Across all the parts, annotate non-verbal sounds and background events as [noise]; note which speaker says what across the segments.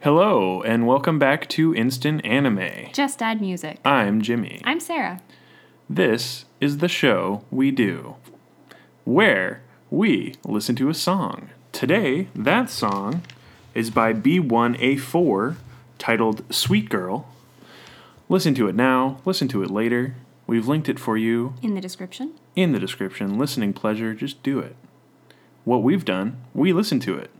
Speaker 1: Hello, and welcome back to Instant Anime.
Speaker 2: Just add music.
Speaker 1: I'm Jimmy.
Speaker 2: I'm Sarah.
Speaker 1: This is the show we do where we listen to a song. Today, that song is by B1A4 titled Sweet Girl. Listen to it now, listen to it later. We've linked it for you
Speaker 2: In the description.
Speaker 1: in the description. Listening pleasure, just do it. What we've done, we listened to it.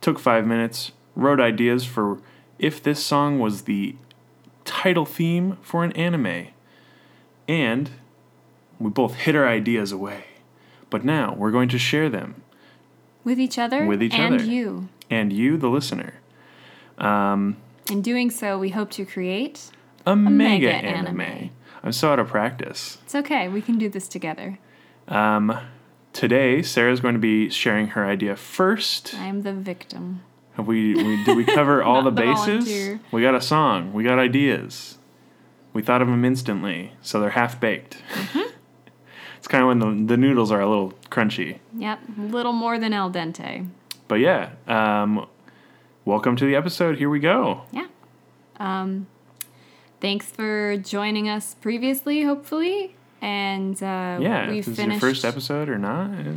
Speaker 1: Took five minutes, wrote ideas for if this song was the title theme for an anime. And we both hid our ideas away. But now we're going to share them,
Speaker 2: With each other.
Speaker 1: With each
Speaker 2: and
Speaker 1: other.
Speaker 2: you.
Speaker 1: and you, the listener.
Speaker 2: In doing so, we hope to create.
Speaker 1: A, mega,
Speaker 2: mega
Speaker 1: anime.
Speaker 2: anime.
Speaker 1: I'm so out of practice.
Speaker 2: It's okay. We can do this together.
Speaker 1: Today, Sarah's going to be sharing her idea first.
Speaker 2: I'm the victim.
Speaker 1: Have we, we did we cover all the
Speaker 2: [laughs] Not the
Speaker 1: bases?
Speaker 2: volunteer.
Speaker 1: we got a song. We got ideas. We thought of them instantly, so they're half baked.
Speaker 2: Mm-hmm.
Speaker 1: [laughs] it's kind of when the, the noodles are a little crunchy.
Speaker 2: Yep. Little more than al dente.
Speaker 1: But yeah, um, welcome to the episode. Here we go.
Speaker 2: Yeah. Um, thanks for joining us previously, hopefully. And uh,
Speaker 1: Yeah,
Speaker 2: we
Speaker 1: if this is your
Speaker 2: finished.
Speaker 1: first episode or not? eh,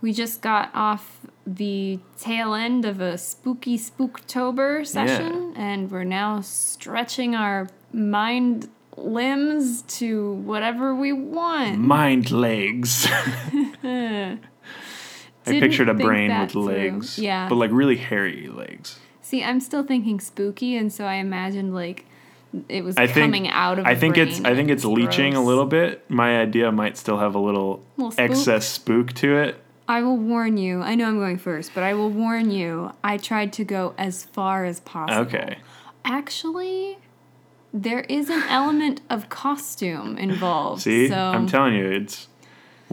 Speaker 2: We just got off the tail end of a spooky spooktober session, and we're now stretching our mind limbs to whatever we want.
Speaker 1: Mind legs. [laughs] I
Speaker 2: Didn't
Speaker 1: pictured a
Speaker 2: think
Speaker 1: brain
Speaker 2: that
Speaker 1: with
Speaker 2: through.
Speaker 1: legs,
Speaker 2: Yeah.
Speaker 1: but like really hairy legs.
Speaker 2: See, I'm still thinking spooky, and so I imagined like it was
Speaker 1: I think
Speaker 2: coming out of.
Speaker 1: I
Speaker 2: the
Speaker 1: think it's
Speaker 2: brain
Speaker 1: I think
Speaker 2: and
Speaker 1: it's leaching a
Speaker 2: gross.
Speaker 1: little bit. My idea might still have a little,
Speaker 2: Little spook.
Speaker 1: excess spook to it.
Speaker 2: I will warn you. I know I'm going first, but I will warn you. I tried to go as far as possible.
Speaker 1: Okay.
Speaker 2: Actually, there is an element of costume involved.
Speaker 1: See,
Speaker 2: so
Speaker 1: I'm telling you, it's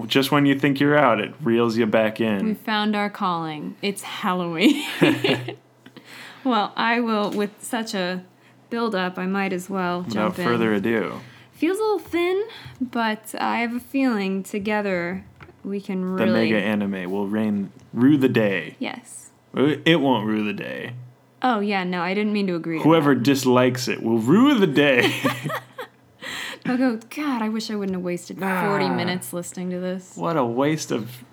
Speaker 1: just when you think you're out, it reels you back
Speaker 2: we
Speaker 1: in.
Speaker 2: found our calling. It's Halloween. [laughs] well, I will with such a build up, I might as well
Speaker 1: Without
Speaker 2: jump in.
Speaker 1: further ado,
Speaker 2: Feels a little thin, but I have a feeling together we can
Speaker 1: the
Speaker 2: really
Speaker 1: mega anime will reign rue the day.
Speaker 2: Yes.
Speaker 1: It won't rue the day.
Speaker 2: Oh yeah, no, I didn't mean to agree. to
Speaker 1: Whoever dislikes it will rue the day.
Speaker 2: [laughs] I'll go, Oh, God, I wish I wouldn't have wasted 40
Speaker 1: Ah.
Speaker 2: minutes listening to this.
Speaker 1: what a waste of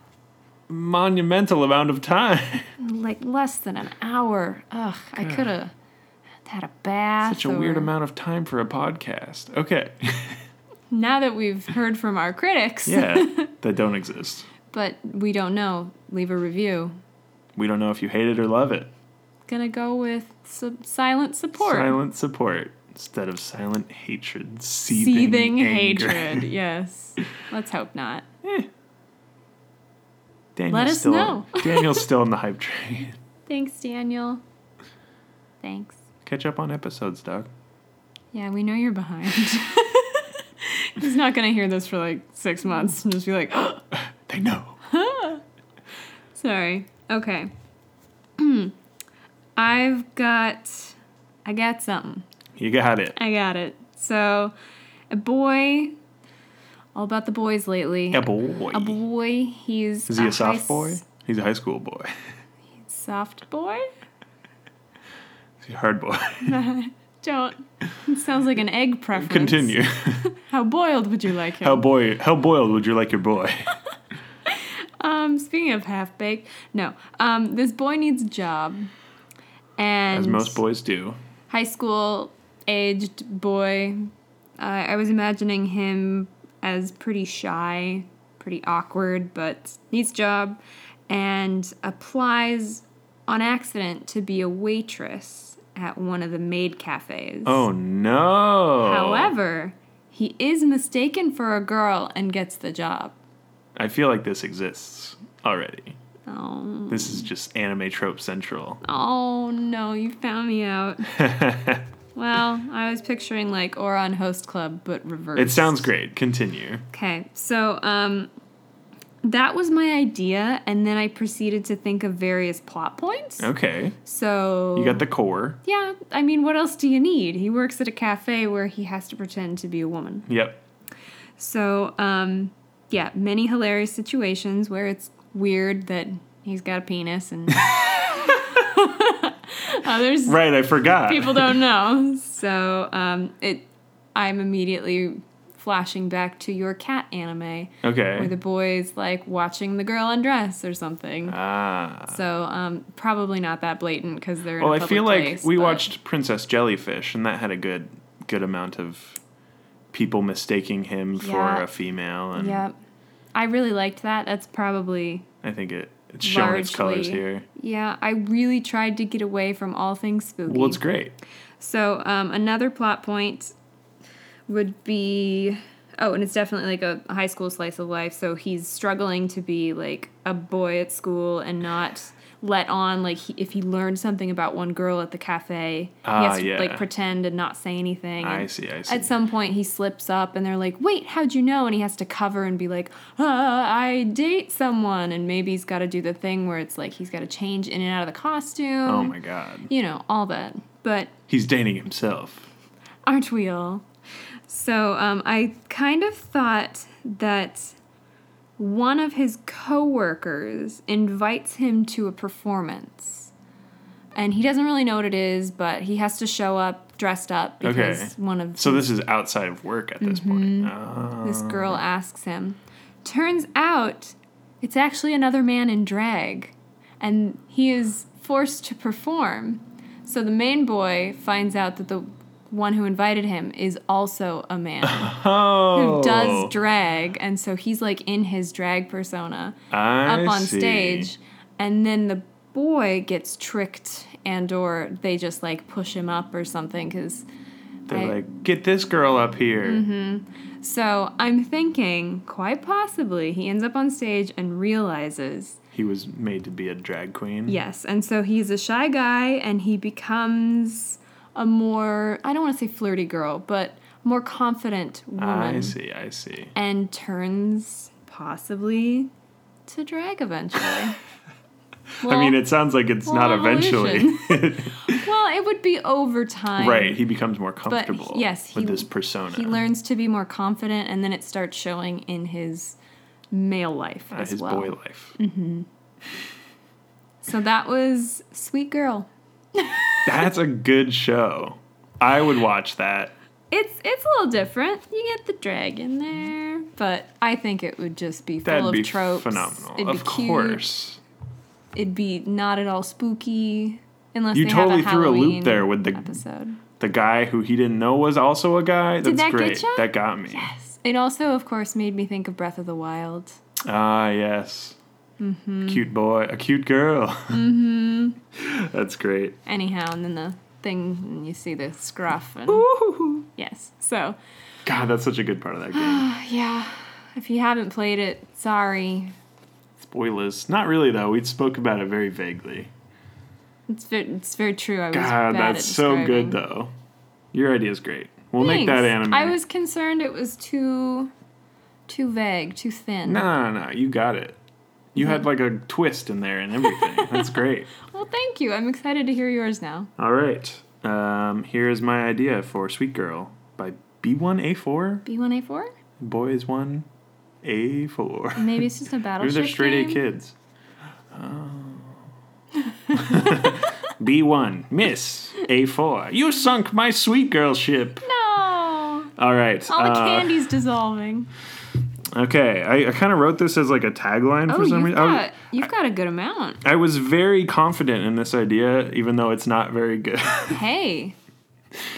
Speaker 1: monumental amount of time.
Speaker 2: Like less than an hour. Ugh, I could have had a bath.
Speaker 1: Such a weird
Speaker 2: or-
Speaker 1: amount of time for a podcast.
Speaker 2: [laughs]
Speaker 1: Okay.
Speaker 2: Now that we've heard from our critics,
Speaker 1: Yeah, that don't exist.
Speaker 2: but we don't know, leave a review.
Speaker 1: We don't know if you hate it or love it.
Speaker 2: Gonna go with sub- silent support.
Speaker 1: Silent support instead of silent hatred. Seething,
Speaker 2: Seething
Speaker 1: anger. [laughs]
Speaker 2: hatred. yes. Let's hope not.
Speaker 1: Daniel's
Speaker 2: Let us
Speaker 1: still,
Speaker 2: know.
Speaker 1: [laughs] Daniel's still in the hype train. [laughs]
Speaker 2: Thanks, Daniel. Thanks.
Speaker 1: Catch up on episodes, Doc.
Speaker 2: Yeah, we know you're behind. [laughs] He's not gonna hear this for like six months and just be like, [gasps]
Speaker 1: [laughs] They know.
Speaker 2: Sorry. Okay. [clears throat] I've got I got something.
Speaker 1: You got it.
Speaker 2: I got it. So a boy all about the boys lately.
Speaker 1: A boy.
Speaker 2: A boy, he's
Speaker 1: Is he a
Speaker 2: high
Speaker 1: soft boy?
Speaker 2: s-
Speaker 1: He's a high school boy. [laughs]
Speaker 2: Soft boy?
Speaker 1: He's a hard boy.
Speaker 2: Don't. It sounds like an egg
Speaker 1: [laughs]
Speaker 2: preference.
Speaker 1: Continue. [laughs]
Speaker 2: How boiled would you like him?
Speaker 1: How boy how boiled would you like your boy?
Speaker 2: Um, speaking of half baked, no. Um, this boy needs a job, and
Speaker 1: As most boys do.
Speaker 2: high school aged boy. Uh, I was imagining him as pretty shy, pretty awkward, but needs a job, and applies on accident to be a waitress at one of the maid cafes.
Speaker 1: Oh no.
Speaker 2: However, he is mistaken for a girl and gets the job.
Speaker 1: I feel like this exists already.
Speaker 2: Oh.
Speaker 1: This is just anime trope central. [laughs]
Speaker 2: Oh no, you found me out. well, I was picturing like Oron Host Club, but reversed.
Speaker 1: It sounds great. Continue.
Speaker 2: Okay, so um, that was my idea, and then I proceeded to think of various plot points.
Speaker 1: Okay.
Speaker 2: So
Speaker 1: You got the core.
Speaker 2: yeah, I mean, what else do you need? He works at a cafe where he has to pretend to be a woman.
Speaker 1: Yep.
Speaker 2: So um, yeah, many hilarious situations where it's weird that he's got a penis and. [laughs] Others
Speaker 1: Right, I forgot.
Speaker 2: people don't know. So um, it, I'm immediately flashing back to your cat anime
Speaker 1: okay.
Speaker 2: where the boy's like watching the girl undress or something.
Speaker 1: ah.
Speaker 2: so um, probably not that blatant because they're.
Speaker 1: Well,
Speaker 2: in a
Speaker 1: I feel
Speaker 2: public
Speaker 1: like
Speaker 2: place,
Speaker 1: we
Speaker 2: but-
Speaker 1: watched Princess Jellyfish, and that had a good good amount of people mistaking him for
Speaker 2: Yeah.
Speaker 1: a female, and
Speaker 2: Yep, I really liked that. That's probably
Speaker 1: I think it it's shown its colors
Speaker 2: Largely.
Speaker 1: here.
Speaker 2: yeah. I really tried to get away from all things spooky.
Speaker 1: Well, it's great.
Speaker 2: So um, another plot point would be oh, and it's definitely like a high school slice of life. So he's struggling to be like a boy at school and not let on like he, if he learned something about one girl at the cafe, he
Speaker 1: Ah,
Speaker 2: has to
Speaker 1: yeah.
Speaker 2: like pretend and not say anything.
Speaker 1: I
Speaker 2: And
Speaker 1: see. I see.
Speaker 2: At some point, he slips up, and they're like, "Wait, how'd you know?" And he has to cover and be like, uh, "I date someone," and maybe he's got to do the thing where it's like he's got to change in and out of the costume.
Speaker 1: oh my god,
Speaker 2: You know all that, but
Speaker 1: he's dating himself.
Speaker 2: aren't we all? So um, I kind of thought that one of his coworkers invites him to a performance, and he doesn't really know what it is, but he has to show up dressed up
Speaker 1: Okay.
Speaker 2: because one of
Speaker 1: So this is outside of work at this point. Ah.
Speaker 2: this girl asks him. Turns out it's actually another man in drag, and he is forced to perform. So the main boy finds out that the one who invited him is also a man
Speaker 1: oh,
Speaker 2: who does drag, and so he's like in his drag persona
Speaker 1: I
Speaker 2: up on
Speaker 1: see.
Speaker 2: stage, and then the boy gets tricked and or they just like push him up or something because
Speaker 1: They're
Speaker 2: I-
Speaker 1: like, get this girl up here.
Speaker 2: Mm-hmm. So I'm thinking, quite possibly, he ends up on stage and realizes,
Speaker 1: He was made to be a drag queen.
Speaker 2: yes. And so he's a shy guy and he becomes a more, I don't want to say flirty girl, but more confident woman.
Speaker 1: I see. I see.
Speaker 2: And turns possibly to drag eventually.
Speaker 1: [laughs] I mean, it sounds like it's
Speaker 2: well,
Speaker 1: not eventually. [laughs]
Speaker 2: well, it would be over time.
Speaker 1: right. He becomes more comfortable
Speaker 2: yes,
Speaker 1: with
Speaker 2: he-
Speaker 1: this persona.
Speaker 2: He learns to be more confident and then it starts showing in his male life
Speaker 1: uh,
Speaker 2: as
Speaker 1: his
Speaker 2: well.
Speaker 1: boy life.
Speaker 2: So that was Sweet Girl.
Speaker 1: That's a good show. I would watch that.
Speaker 2: It's it's a little different. You get the drag in there, but I think it would just be full
Speaker 1: That'd
Speaker 2: of
Speaker 1: be
Speaker 2: tropes.
Speaker 1: phenomenal.
Speaker 2: It'd
Speaker 1: of
Speaker 2: be cute.
Speaker 1: course.
Speaker 2: It'd be not at all spooky unless
Speaker 1: You
Speaker 2: they
Speaker 1: totally
Speaker 2: have a
Speaker 1: threw a loop
Speaker 2: Halloween
Speaker 1: there with the-
Speaker 2: episode.
Speaker 1: The guy who he didn't know was also a guy. That's
Speaker 2: that get
Speaker 1: great.
Speaker 2: ya?
Speaker 1: That got me.
Speaker 2: It also, of course, made me think of Breath of the Wild.
Speaker 1: Ah, yes.
Speaker 2: Mm-hmm.
Speaker 1: Cute boy, a cute girl. Mm-hmm. [laughs] That's great.
Speaker 2: Anyhow, and then the thing and you see the scruff and yes. So uh,
Speaker 1: God, that's such a good part of that
Speaker 2: [sighs]
Speaker 1: game.
Speaker 2: yeah, if you haven't played it, sorry.
Speaker 1: Spoilers. Not really though. We spoke about it very vaguely.
Speaker 2: It's very, it's very true. I was
Speaker 1: God,
Speaker 2: bad
Speaker 1: that's
Speaker 2: at
Speaker 1: so
Speaker 2: describing.
Speaker 1: good though. Your idea's great. We'll make that
Speaker 2: Thanks.
Speaker 1: anime.
Speaker 2: I was concerned it was too too vague, too thin.
Speaker 1: No, no, no, you got it. You had like a twist in there and everything.
Speaker 2: [laughs]
Speaker 1: That's great.
Speaker 2: Well, thank you. I'm excited to hear yours now.
Speaker 1: All right. Um, here is my idea for Sweet Girl by B1A4.
Speaker 2: B1A4?
Speaker 1: Boys
Speaker 2: [laughs]
Speaker 1: 1A4.
Speaker 2: Maybe it's just a
Speaker 1: Maybe
Speaker 2: battleship.
Speaker 1: they're straight A
Speaker 2: game? [laughs]
Speaker 1: kids. Oh. [laughs] B1, Miss A4. You sunk my Sweet Girl ship.
Speaker 2: No.
Speaker 1: All right.
Speaker 2: All the
Speaker 1: uh,
Speaker 2: candy's dissolving.
Speaker 1: okay. I, I kind of wrote this as like a tagline
Speaker 2: Oh,
Speaker 1: for some
Speaker 2: you've
Speaker 1: reason. I was-
Speaker 2: got, you've got a good amount.
Speaker 1: I was very confident in this idea, even though it's not very good.
Speaker 2: Hey,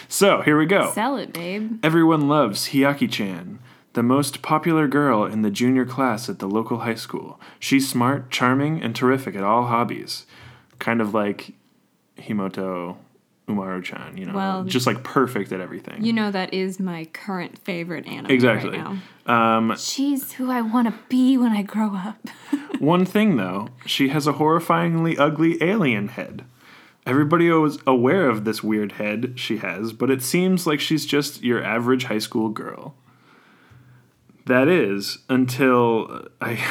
Speaker 1: so here we go.
Speaker 2: sell it, babe.
Speaker 1: Everyone loves Hiaki chan, the most popular girl in the junior class at the local high school. She's smart, charming, and terrific at all hobbies. Kind of like Himoto Umaru chan, you know,
Speaker 2: Well-
Speaker 1: just like perfect at everything.
Speaker 2: You know that is my current favorite anime
Speaker 1: Exactly.
Speaker 2: right now.
Speaker 1: Um,
Speaker 2: She's who I want to be when I grow [gasps] up.
Speaker 1: One thing though, she has a horrifyingly ugly alien head. Everybody was aware of this weird head she has, but it seems like she's just your average high school girl. That is until I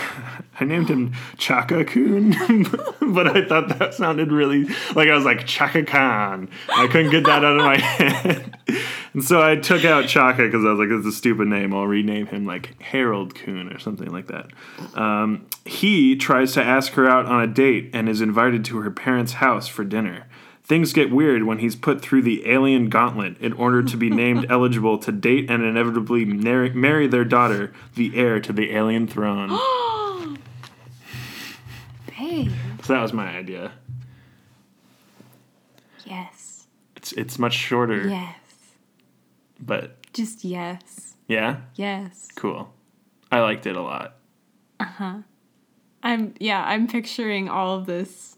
Speaker 1: I [laughs] named him Chaka Kun, [laughs] but I thought that sounded really like I was like Chaka Khan. I couldn't get that out of my [laughs] head. And so I took out Chaka because I was like, this is a stupid name. I'll rename him like Harold Kuhn or something like that. Um, he tries to ask her out on a date and is invited to her parents' house for dinner. Things get weird when he's put through the alien gauntlet in order to be named eligible to date and inevitably marry, marry their daughter, the heir to the alien throne.
Speaker 2: [gasps] Babe.
Speaker 1: so that was my idea.
Speaker 2: Yes.
Speaker 1: It's it's much shorter,
Speaker 2: Yes.
Speaker 1: but
Speaker 2: Just yes.
Speaker 1: yeah,
Speaker 2: Yes.
Speaker 1: cool. I liked it a lot.
Speaker 2: I'm yeah, I'm picturing all of this.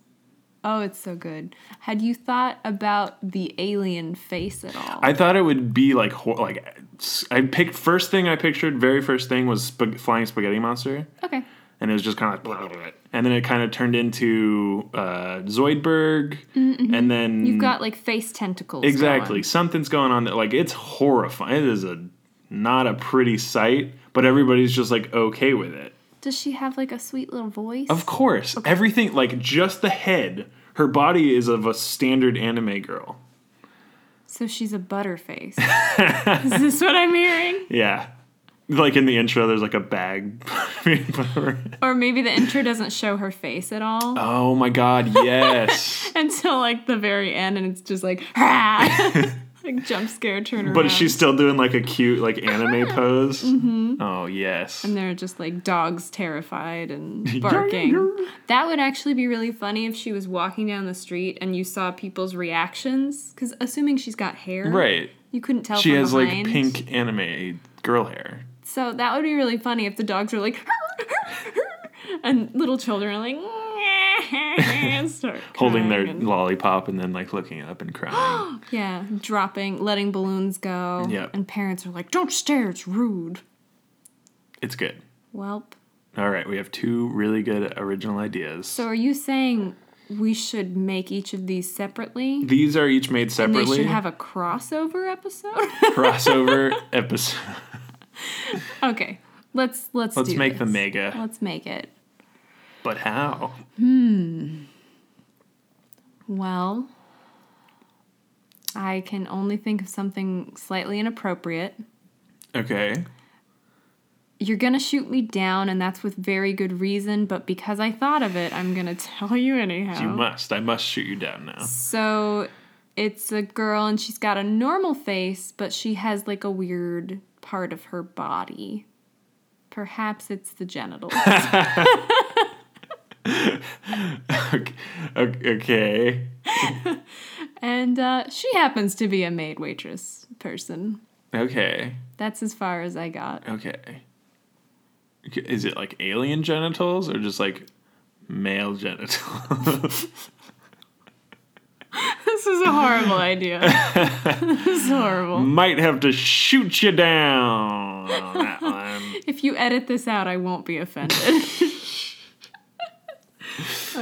Speaker 2: Oh, it's so good. Had you thought about the alien face at all?
Speaker 1: I thought it would be like hor- like I picked first thing I pictured, very first thing was sp- flying spaghetti monster.
Speaker 2: okay.
Speaker 1: and it was just kind of like blah, blah, blah. and then it kind of turned into uh, Zoidberg, and then
Speaker 2: Mm-hmm. You've got like face tentacles.
Speaker 1: Mm. exactly
Speaker 2: going.
Speaker 1: something's going on that like it's horrifying. It is a not a pretty sight, but everybody's just like okay with it.
Speaker 2: Does she have like a sweet little voice?
Speaker 1: Of course, everything like just the head. Her body is of a standard anime girl.
Speaker 2: so she's a
Speaker 1: [laughs]
Speaker 2: butterface. Is this what I'm hearing?
Speaker 1: Yeah. Like in the intro, there's like a bag. [laughs]
Speaker 2: Or maybe the intro doesn't show her face at
Speaker 1: [laughs]
Speaker 2: all
Speaker 1: oh my god, yes.
Speaker 2: [laughs] until like the very end and it's just like
Speaker 1: [laughs]
Speaker 2: "Ah!" like jump scare turn around.
Speaker 1: But she's still doing like a cute like anime pose. Oh yes.
Speaker 2: Mm-hmm. And they're just like dogs terrified
Speaker 1: [laughs]
Speaker 2: and barking. that would actually be really funny if she was walking down the street and you saw people's reactions. Because assuming she's got hair,
Speaker 1: Right.
Speaker 2: You couldn't tell.
Speaker 1: She
Speaker 2: from
Speaker 1: has
Speaker 2: behind.
Speaker 1: like pink anime girl hair.
Speaker 2: So that would be really funny if the dogs were like, and little children are like, and [laughs] start
Speaker 1: Holding their
Speaker 2: crying and-
Speaker 1: lollipop and then like looking up
Speaker 2: [gasps]
Speaker 1: and crying.
Speaker 2: yeah, dropping, letting balloons go.
Speaker 1: Yep.
Speaker 2: And parents are like, don't stare, it's rude.
Speaker 1: it's good.
Speaker 2: Welp.
Speaker 1: All right, we have two really good original ideas.
Speaker 2: So are you saying we should make each of these separately?
Speaker 1: These are each made
Speaker 2: And they
Speaker 1: separately.
Speaker 2: should have a crossover
Speaker 1: [laughs]
Speaker 2: episode. [laughs]
Speaker 1: crossover episode.
Speaker 2: okay, let's let's
Speaker 1: Let's
Speaker 2: do
Speaker 1: make the
Speaker 2: this.
Speaker 1: mega.
Speaker 2: Let's make it.
Speaker 1: But how?
Speaker 2: Well, I can only think of something slightly inappropriate.
Speaker 1: Okay.
Speaker 2: You're gonna shoot me down, and that's with very good reason. But because I thought of it, I'm gonna [laughs] tell you anyhow.
Speaker 1: You must. I must shoot you down now. [laughs]
Speaker 2: so it's a girl, and she's got a normal face, but she has like a weird part of her body. Perhaps it's the [laughs] genitals.
Speaker 1: Okay. okay.
Speaker 2: and uh, she happens to be a maid waitress person.
Speaker 1: Okay.
Speaker 2: That's as far as I got.
Speaker 1: Okay. Okay, Is it like alien genitals or just like male genitals?
Speaker 2: [laughs]
Speaker 1: [laughs]
Speaker 2: This is a horrible idea. [laughs] this is horrible.
Speaker 1: Might have to shoot you down on that one.
Speaker 2: If you edit this out, I won't be [laughs] offended.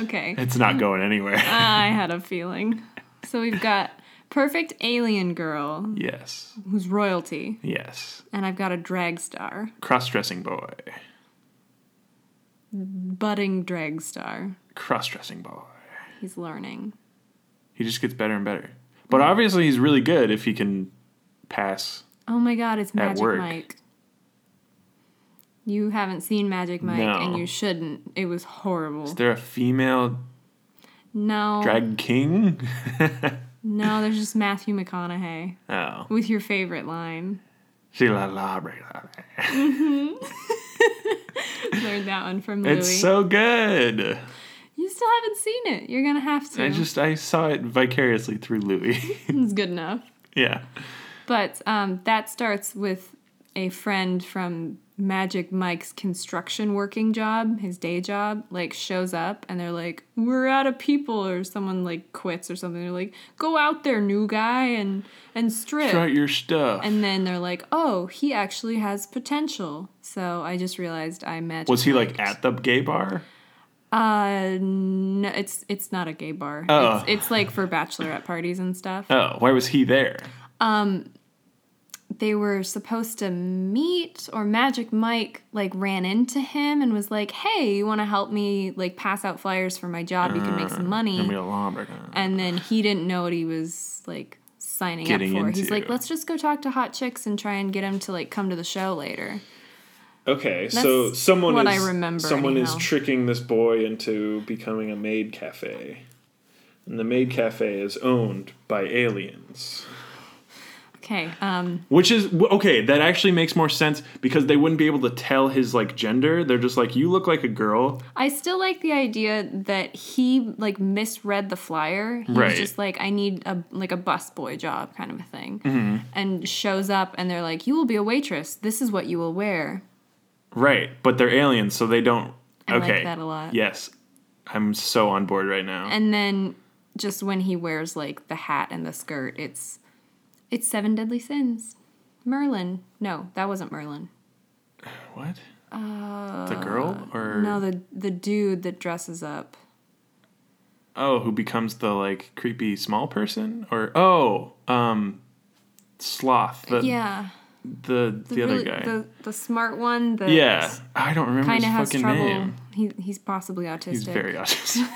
Speaker 2: okay.
Speaker 1: It's not going anywhere.
Speaker 2: I had a feeling. So we've got perfect alien girl
Speaker 1: yes.
Speaker 2: who's royalty,
Speaker 1: Yes.
Speaker 2: and I've got a drag star,
Speaker 1: Cross dressing boy.
Speaker 2: budding drag star.
Speaker 1: Cross dressing boy.
Speaker 2: He's learning.
Speaker 1: He just gets better and better. But obviously, he's really good if he can pass.
Speaker 2: Oh my god, it's Magic
Speaker 1: work.
Speaker 2: Mike. You haven't seen Magic Mike, and
Speaker 1: No.
Speaker 2: you shouldn't. It was horrible.
Speaker 1: Is there a female
Speaker 2: No,
Speaker 1: drag king?
Speaker 2: no, there's just Matthew McConaughey
Speaker 1: oh.
Speaker 2: with your favorite line.
Speaker 1: She la la bra- la. la.
Speaker 2: Learned that one from Louis.
Speaker 1: It's so good.
Speaker 2: you still haven't seen it. You're gonna have to.
Speaker 1: I just I saw it vicariously through Louis. [laughs]
Speaker 2: it's good enough.
Speaker 1: yeah.
Speaker 2: But um, that starts with a friend from Magic Mike's construction working job, his day job, like shows up and they're like, "We're out of people," or someone like quits or something. They're like, "Go out there, new guy, and and strip."
Speaker 1: Try your stuff.
Speaker 2: And then they're like, "Oh, he actually has potential." So I just realized I magic.
Speaker 1: Was he like
Speaker 2: Miked.
Speaker 1: at the gay bar?
Speaker 2: Uh, no, it's it's not a gay bar.
Speaker 1: Oh.
Speaker 2: It's, it's like for bachelorette parties and stuff.
Speaker 1: Oh, why was he there?
Speaker 2: They were supposed to meet, or Magic Mike like ran into him and was like, "Hey, you want to help me like pass out flyers for my job? You can make some money."
Speaker 1: Give me a lumberjack.
Speaker 2: and then he didn't know what he was like signing
Speaker 1: Getting
Speaker 2: up for. He's
Speaker 1: into.
Speaker 2: like, "Let's just go talk to hot chicks and try and get him to like come to the show later."
Speaker 1: Okay, so someone
Speaker 2: what I
Speaker 1: is
Speaker 2: remember
Speaker 1: someone is
Speaker 2: anyhow.
Speaker 1: tricking this boy into becoming a maid cafe. And the maid cafe is owned by aliens.
Speaker 2: Okay. Um,
Speaker 1: Which is w- okay. That actually makes more sense because they wouldn't be able to tell his like gender. They're just like, you look like a girl.
Speaker 2: I still like the idea that he like misread the flyer. He
Speaker 1: Right.
Speaker 2: was just like, I need a like a busboy job kind of a thing,
Speaker 1: Mm-hmm.
Speaker 2: and shows up and they're like, you will be a waitress. This is what you will wear.
Speaker 1: Right, but they're aliens, so they don't.
Speaker 2: I like
Speaker 1: okay,
Speaker 2: that a lot.
Speaker 1: Yes, I'm so on board right now.
Speaker 2: And then just when he wears like the hat and the skirt, it's it's seven deadly sins. Merlin. No, that wasn't Merlin.
Speaker 1: what? the girl or
Speaker 2: uh, No, the the dude that dresses up.
Speaker 1: oh, who becomes the like creepy small person or oh, um, sloth. The,
Speaker 2: yeah.
Speaker 1: the the, other
Speaker 2: really-
Speaker 1: guy.
Speaker 2: The the smart one that
Speaker 1: yeah, I don't remember his
Speaker 2: kinda has
Speaker 1: fucking
Speaker 2: trouble.
Speaker 1: name.
Speaker 2: He he's possibly autistic.
Speaker 1: He's very
Speaker 2: [laughs]
Speaker 1: autistic.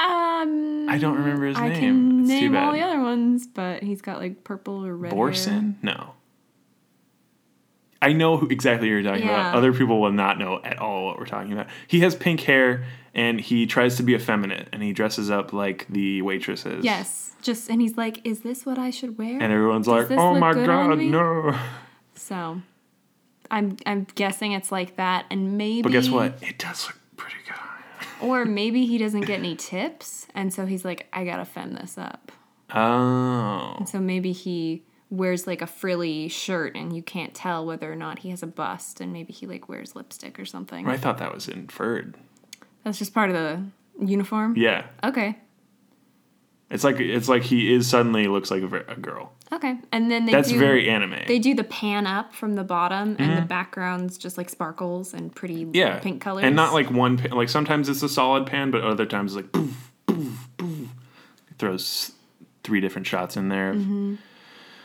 Speaker 2: um
Speaker 1: I don't remember his
Speaker 2: I
Speaker 1: name.
Speaker 2: can
Speaker 1: it's
Speaker 2: name
Speaker 1: too
Speaker 2: all the
Speaker 1: bad.
Speaker 2: other ones, but he's got like purple or red. hair.
Speaker 1: Borson? No. I know who, exactly who you're talking about.
Speaker 2: Yeah.
Speaker 1: Other people will not know at all what we're talking about. He has pink hair and he tries to be effeminate and he dresses up like the waitresses.
Speaker 2: Yes. Just and he's like, Is this what I should wear?
Speaker 1: And everyone's
Speaker 2: Does
Speaker 1: like,
Speaker 2: this
Speaker 1: "Oh
Speaker 2: look
Speaker 1: my
Speaker 2: good on
Speaker 1: god,
Speaker 2: me?"
Speaker 1: no!"
Speaker 2: So I'm I'm guessing it's like that and maybe
Speaker 1: But guess what?
Speaker 2: [laughs]
Speaker 1: It does look pretty good.
Speaker 2: Or maybe he doesn't get any tips and so he's like, I gotta fem this up.
Speaker 1: Oh,
Speaker 2: So maybe he wears like a frilly shirt and you can't tell whether or not he has a bust and maybe he like wears lipstick or something.
Speaker 1: I thought that was inferred.
Speaker 2: That's just part of the uniform.
Speaker 1: Yeah,
Speaker 2: Okay.
Speaker 1: it's like it's like he is suddenly looks like a, ver- a girl.
Speaker 2: Okay. And then they
Speaker 1: That's
Speaker 2: do,
Speaker 1: very anime.
Speaker 2: they do the pan up from the bottom and the background's just like sparkles and pretty
Speaker 1: yeah,
Speaker 2: pink colors.
Speaker 1: and not like one pan. Like sometimes it's a solid pan, but other times it's like poof, poof, poof. Throws three different shots in there.
Speaker 2: Mm-hmm.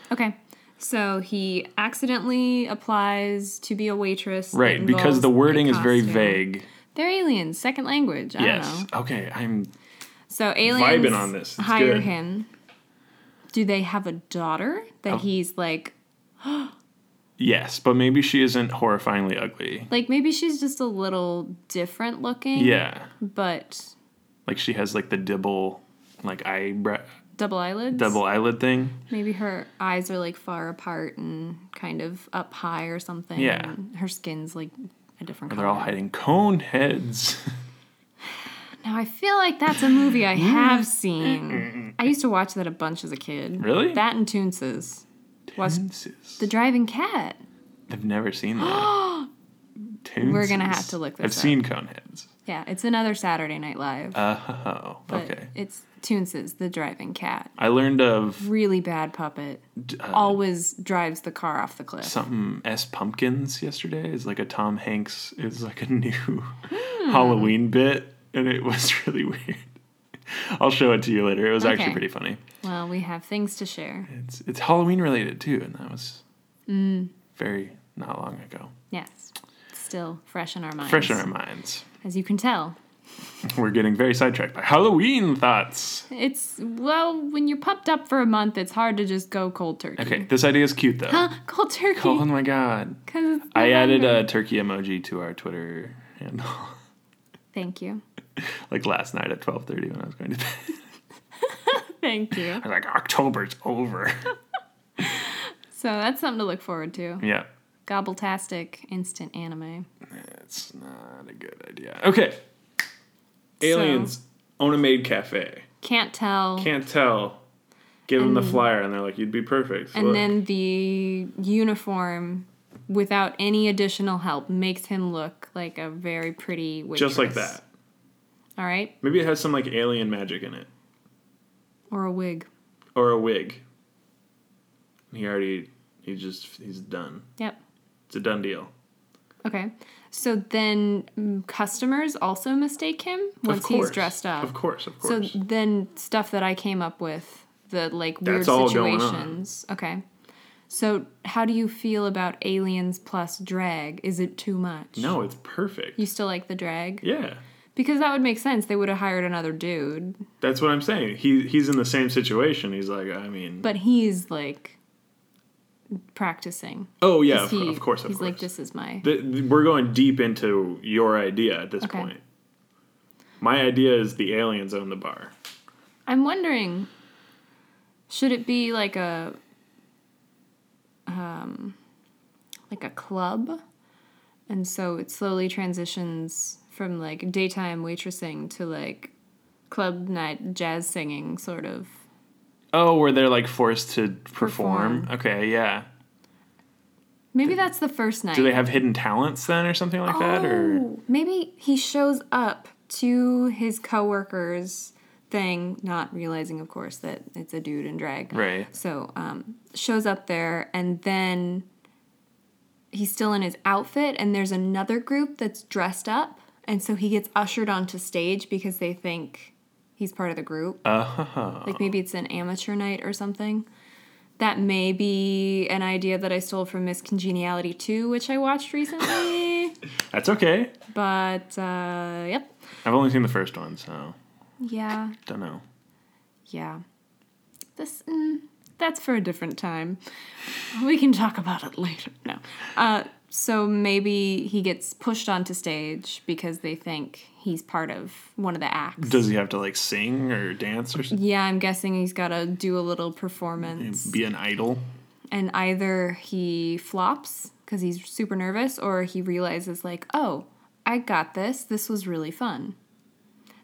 Speaker 2: Okay. So he accidentally applies to be a waitress. It
Speaker 1: Right, because the
Speaker 2: involves
Speaker 1: wording
Speaker 2: a
Speaker 1: is very
Speaker 2: costume.
Speaker 1: vague.
Speaker 2: They're aliens, second language. I don't
Speaker 1: Yes.
Speaker 2: know.
Speaker 1: Okay, I'm
Speaker 2: So aliens
Speaker 1: on this. It's
Speaker 2: hire
Speaker 1: good.
Speaker 2: him. Do they have a daughter that
Speaker 1: Oh.
Speaker 2: he's like
Speaker 1: yes, but maybe she isn't horrifyingly ugly.
Speaker 2: like maybe she's just a little different looking.
Speaker 1: Yeah.
Speaker 2: But
Speaker 1: Like she has like the dibble, like eyebrow,
Speaker 2: double eyelids.
Speaker 1: double eyelid thing.
Speaker 2: Maybe her eyes are like far apart and kind of up high or something.
Speaker 1: Yeah.
Speaker 2: and her skin's like a different
Speaker 1: They're
Speaker 2: color.
Speaker 1: all hiding cone heads. [laughs]
Speaker 2: Now I feel like that's a movie I have
Speaker 1: [laughs]
Speaker 2: seen. I used to watch that a bunch as a kid.
Speaker 1: Really?
Speaker 2: That and Toonses. Was
Speaker 1: Toonses.
Speaker 2: the driving cat.
Speaker 1: I've never seen that.
Speaker 2: [gasps] We're gonna have
Speaker 1: Toonses.
Speaker 2: to look
Speaker 1: I've
Speaker 2: this up.
Speaker 1: seen cone heads.
Speaker 2: Yeah, it's another Saturday Night Live.
Speaker 1: Oh,
Speaker 2: but
Speaker 1: okay.
Speaker 2: It's Toonses, the driving cat.
Speaker 1: I learned of
Speaker 2: Really bad puppet.
Speaker 1: uh,
Speaker 2: Always drives the car off the cliff.
Speaker 1: something S Pumpkins yesterday. Is like a Tom Hanks. It was like a [laughs] new
Speaker 2: Hmm.
Speaker 1: Halloween bit, and it was [laughs] really weird. I'll show it to you later. It was actually
Speaker 2: Okay.
Speaker 1: pretty funny.
Speaker 2: well, we have things to share.
Speaker 1: It's it's Halloween related too, and that was
Speaker 2: Mm.
Speaker 1: very not long ago.
Speaker 2: Yes. Still fresh in our minds.
Speaker 1: Fresh in our minds.
Speaker 2: As you can tell.
Speaker 1: We're getting very sidetracked by Halloween thoughts.
Speaker 2: It's, well, when you're pumped up for a month, it's hard to just go cold turkey.
Speaker 1: Okay, this idea is cute though.
Speaker 2: [laughs] Huh, cold turkey.
Speaker 1: Oh my god.
Speaker 2: 'Cause it's
Speaker 1: I added
Speaker 2: November.
Speaker 1: a turkey emoji to our Twitter handle [laughs]
Speaker 2: Thank you.
Speaker 1: like last night at 12:30 when I was going to bed. [laughs]
Speaker 2: Thank you.
Speaker 1: I was like October's over. [laughs]
Speaker 2: So that's something to look forward to.
Speaker 1: yeah.
Speaker 2: Gobbletastic instant anime.
Speaker 1: It's not a good idea. Okay. Aliens own a maid cafe.
Speaker 2: Can't tell.
Speaker 1: Can't tell. Give them the flyer and they're like you'd be perfect.
Speaker 2: and
Speaker 1: Look.
Speaker 2: then the uniform without any additional help makes him look like a very pretty waitress.
Speaker 1: just like that.
Speaker 2: All right?
Speaker 1: Maybe it has some like alien magic in it
Speaker 2: Or a wig.
Speaker 1: or a wig. He already he just he's done.
Speaker 2: Yep.
Speaker 1: It's a done deal.
Speaker 2: Okay. So then mm, customers also mistake him once he's dressed up.
Speaker 1: Of course, of
Speaker 2: So
Speaker 1: course.
Speaker 2: then stuff that I came up with, the like weird
Speaker 1: That's all going on.
Speaker 2: situations. Okay. So how do you feel about aliens plus drag? Is it too much?
Speaker 1: no, it's perfect.
Speaker 2: You still like the drag?
Speaker 1: Yeah.
Speaker 2: Because that would make sense. They would have hired another dude.
Speaker 1: That's what I'm saying. He he's in the same situation. He's like, I mean,
Speaker 2: But he's like practicing.
Speaker 1: oh yeah,
Speaker 2: 'Cause
Speaker 1: of, of course, of
Speaker 2: he's
Speaker 1: course.
Speaker 2: like, this is my
Speaker 1: Th- th- we're going deep into your idea at this
Speaker 2: Okay.
Speaker 1: point. My idea is the aliens own the bar.
Speaker 2: I'm wondering, should it be like a, um, like a club, and so it slowly transitions from like daytime waitressing to like club night jazz singing sort of.
Speaker 1: Oh, where they're like forced to perform. Okay, yeah.
Speaker 2: Maybe that's the first night.
Speaker 1: Do they have hidden talents then, or something like that, or
Speaker 2: Oh, maybe he shows up to his coworkers thing, not realizing, of course, that it's a dude in drag.
Speaker 1: right?
Speaker 2: So um, shows up there, and then he's still in his outfit, and there's another group that's dressed up, and so he gets ushered onto stage because they think he's part of the group.
Speaker 1: Uh-huh.
Speaker 2: Like maybe it's an amateur night or something. That may be an idea that I stole from Miss Congeniality 2, which I watched recently.
Speaker 1: [laughs] That's okay.
Speaker 2: but uh, yep.
Speaker 1: I've only seen the first one, so
Speaker 2: Yeah.
Speaker 1: don't know.
Speaker 2: Yeah. This mm, that's for a different time. We can talk about it later. No. Uh, so maybe he gets pushed onto stage because they think he's part of one of the acts.
Speaker 1: Does he have to like sing or dance or something?
Speaker 2: yeah, I'm guessing he's got to do a little performance,
Speaker 1: Be an idol?
Speaker 2: and either he flops because he's super nervous, or he realizes like, oh, I got this. This was really fun.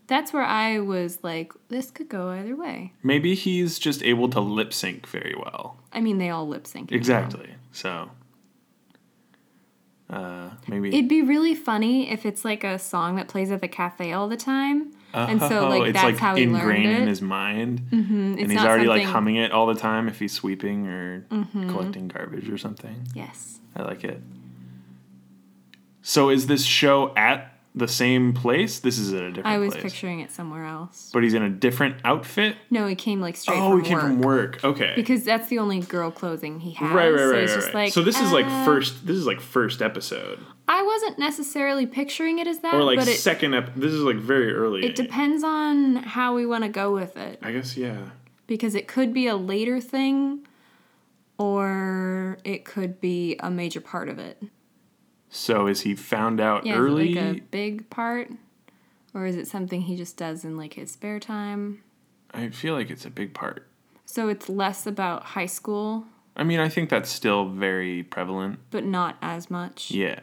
Speaker 2: That's where I was like, this could go either way.
Speaker 1: Maybe he's just able to lip sync very well.
Speaker 2: I mean, they all lip sync.
Speaker 1: Exactly. So uh, maybe
Speaker 2: It'd be really funny if it's like a song that plays at the cafe all the time, and so like that's how he learned
Speaker 1: Uh-huh. Oh, ingrained in
Speaker 2: it.
Speaker 1: his mind,
Speaker 2: Mm,
Speaker 1: and he's already like humming it all the time if he's sweeping or
Speaker 2: Mm-hmm.
Speaker 1: collecting garbage or something.
Speaker 2: Yes,
Speaker 1: I like it. So is this show at the same place? This is at a different
Speaker 2: I was
Speaker 1: place.
Speaker 2: picturing it somewhere else.
Speaker 1: But he's in a different outfit.
Speaker 2: No, he came like straight.
Speaker 1: Oh,
Speaker 2: from
Speaker 1: he came
Speaker 2: work.
Speaker 1: from work. Okay.
Speaker 2: Because that's the only girl clothing he has.
Speaker 1: right, right, right,
Speaker 2: So
Speaker 1: right.
Speaker 2: he's
Speaker 1: So,
Speaker 2: just like.
Speaker 1: so this is like
Speaker 2: uh,
Speaker 1: first. This is like first episode,
Speaker 2: I wasn't necessarily picturing it as that,
Speaker 1: or like
Speaker 2: but it,
Speaker 1: second ep. This is like very early.
Speaker 2: it depends on how we want to go with it.
Speaker 1: I guess yeah.
Speaker 2: because it could be a later thing or it could be a major part of it.
Speaker 1: So is he found out
Speaker 2: Yeah,
Speaker 1: early?
Speaker 2: is it like uh, a big part or is it something he just does in like his spare time?
Speaker 1: I feel like it's a big part.
Speaker 2: So it's less about high school,
Speaker 1: I mean, I think that's still very prevalent.
Speaker 2: but not as much.
Speaker 1: Yeah,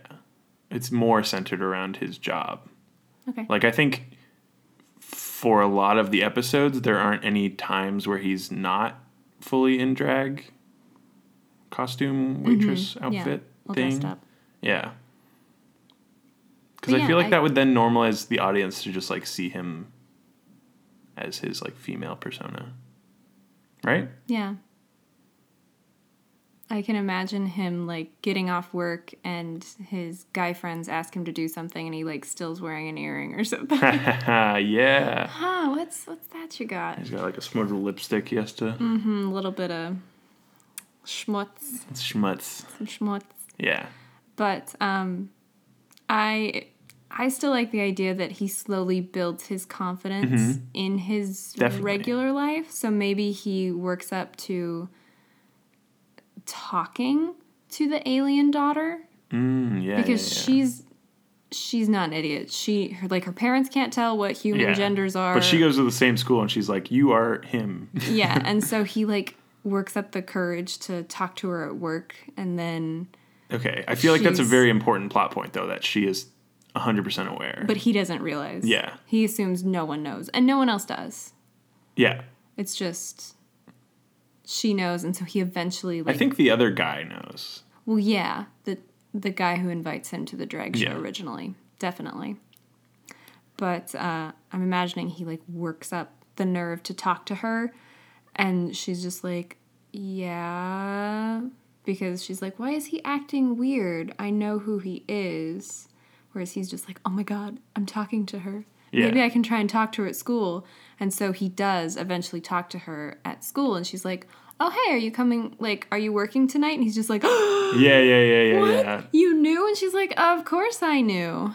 Speaker 1: it's more centered around his job.
Speaker 2: Okay.
Speaker 1: Like I think for a lot of the episodes, there aren't any times where he's not fully in drag costume waitress outfit
Speaker 2: Mm-hmm. all
Speaker 1: thing.
Speaker 2: dressed up.
Speaker 1: Yeah. Because
Speaker 2: But
Speaker 1: I
Speaker 2: yeah,
Speaker 1: feel like
Speaker 2: I-
Speaker 1: that would then normalize the audience to just like see him as his like female persona. Right? [laughs]
Speaker 2: Yeah. I can imagine him like getting off work and his guy friends ask him to do something and he like still's wearing an earring or
Speaker 1: [laughs]
Speaker 2: something.
Speaker 1: yeah.
Speaker 2: huh, what's what's that you got?
Speaker 1: He's got like a smudge of lipstick he has to.
Speaker 2: Mm, a little bit of schmutz,
Speaker 1: It's schmutz.
Speaker 2: some schmutz.
Speaker 1: Yeah.
Speaker 2: But um, I I still like the idea that he slowly builds his confidence in his
Speaker 1: Mm-hmm. Definitely.
Speaker 2: regular life. So maybe he works up to talking to the alien daughter
Speaker 1: Mm, yeah.
Speaker 2: because
Speaker 1: yeah, yeah.
Speaker 2: she's she's not an idiot. She her, like her parents can't tell what human
Speaker 1: Yeah.
Speaker 2: genders are.
Speaker 1: But she goes to the same school and she's like, You are him. [laughs]
Speaker 2: yeah and so he like works up the courage to talk to her at work and then
Speaker 1: okay. I feel like that's a
Speaker 2: She's-
Speaker 1: very important plot point though, that she is 100% aware.
Speaker 2: but he doesn't realize
Speaker 1: Yeah.
Speaker 2: he assumes no one knows and no one else does
Speaker 1: yeah.
Speaker 2: it's just she knows and so he eventually
Speaker 1: I
Speaker 2: like
Speaker 1: think the other guy knows.
Speaker 2: well yeah the the guy who invites him to the drag show
Speaker 1: Yeah.
Speaker 2: originally definitely but uh, i'm imagining he like works up the nerve to talk to her and she's just like yeah because she's like why is he acting weird i know who he is whereas he's just like oh my god i'm talking to her
Speaker 1: Yeah.
Speaker 2: maybe i can try and talk to her at school and so he does eventually talk to her at school and she's like oh hey are you coming like are you working tonight and he's just like [gasps] "Oh,
Speaker 1: Yeah, yeah, yeah, yeah,
Speaker 2: What?
Speaker 1: yeah.
Speaker 2: You knew? And she's like, Of course I knew.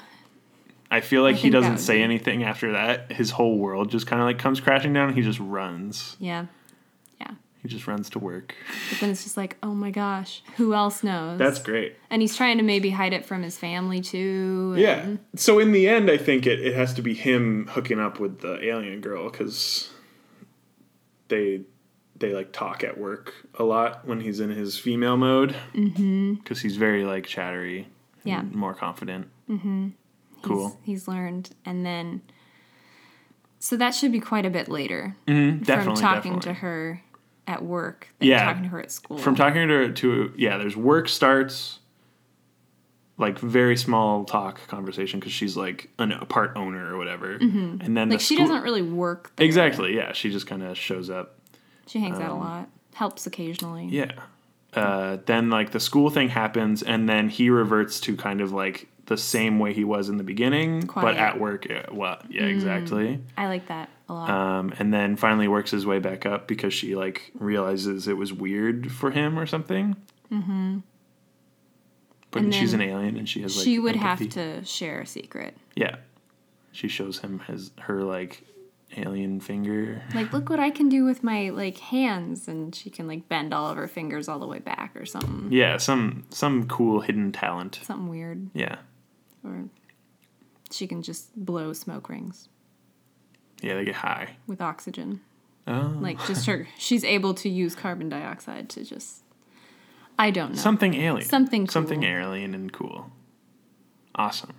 Speaker 1: I feel like he
Speaker 2: think that
Speaker 1: doesn't
Speaker 2: would
Speaker 1: say
Speaker 2: be-
Speaker 1: anything after that. His whole world just kind of like comes crashing down. And he just runs.
Speaker 2: Yeah. Yeah.
Speaker 1: He He just runs to work.
Speaker 2: But then it's just like, oh my gosh, who else knows?
Speaker 1: That's great.
Speaker 2: and he's trying to maybe hide it from his family too. and-
Speaker 1: Yeah. So in the end, I think it, it has to be him hooking up with the alien girl because they they like talk at work a lot when he's in his female mode because mm-hmm. he's very like chattery. and
Speaker 2: Yeah.
Speaker 1: More confident. Mm-hmm. Cool.
Speaker 2: He's, he's learned, and then so that should be quite a bit later
Speaker 1: Mm, definitely.
Speaker 2: from talking
Speaker 1: definitely.
Speaker 2: to her at work than
Speaker 1: Yeah.
Speaker 2: talking to her at school.
Speaker 1: From talking to her to yeah, there's work starts. Like very small talk conversation because she's like an, a part owner or whatever, and then
Speaker 2: Mm-hmm. like
Speaker 1: the
Speaker 2: she
Speaker 1: school-
Speaker 2: doesn't really work. There.
Speaker 1: exactly yeah she just kind of shows up
Speaker 2: She hangs out a lot, helps occasionally.
Speaker 1: Um, Yeah. Uh, then like the school thing happens, and then he reverts to kind of like the same way he was in the beginning, but
Speaker 2: Quiet. Mm.
Speaker 1: at work. Yeah, what? Yeah, exactly.
Speaker 2: I like that a lot.
Speaker 1: Um, and then finally works his way back up because she like realizes it was weird for him or something. Mm-hmm. But
Speaker 2: And
Speaker 1: she's an
Speaker 2: then
Speaker 1: alien, and she has like
Speaker 2: she would
Speaker 1: empathy.
Speaker 2: have to share a secret.
Speaker 1: Yeah, she shows him his her like alien finger.
Speaker 2: Like, look what I can do with my like hands, and she can like bend all of her fingers all the way back or something.
Speaker 1: Yeah, some some cool hidden talent.
Speaker 2: Something weird,
Speaker 1: Yeah,
Speaker 2: or she can just blow smoke rings
Speaker 1: yeah, they get high.
Speaker 2: with oxygen.
Speaker 1: Oh.
Speaker 2: Like just
Speaker 1: [laughs]
Speaker 2: her, she's able to use carbon dioxide to just. I don't know.
Speaker 1: Something alien.
Speaker 2: Something
Speaker 1: Something
Speaker 2: cool.
Speaker 1: alien and cool. Awesome.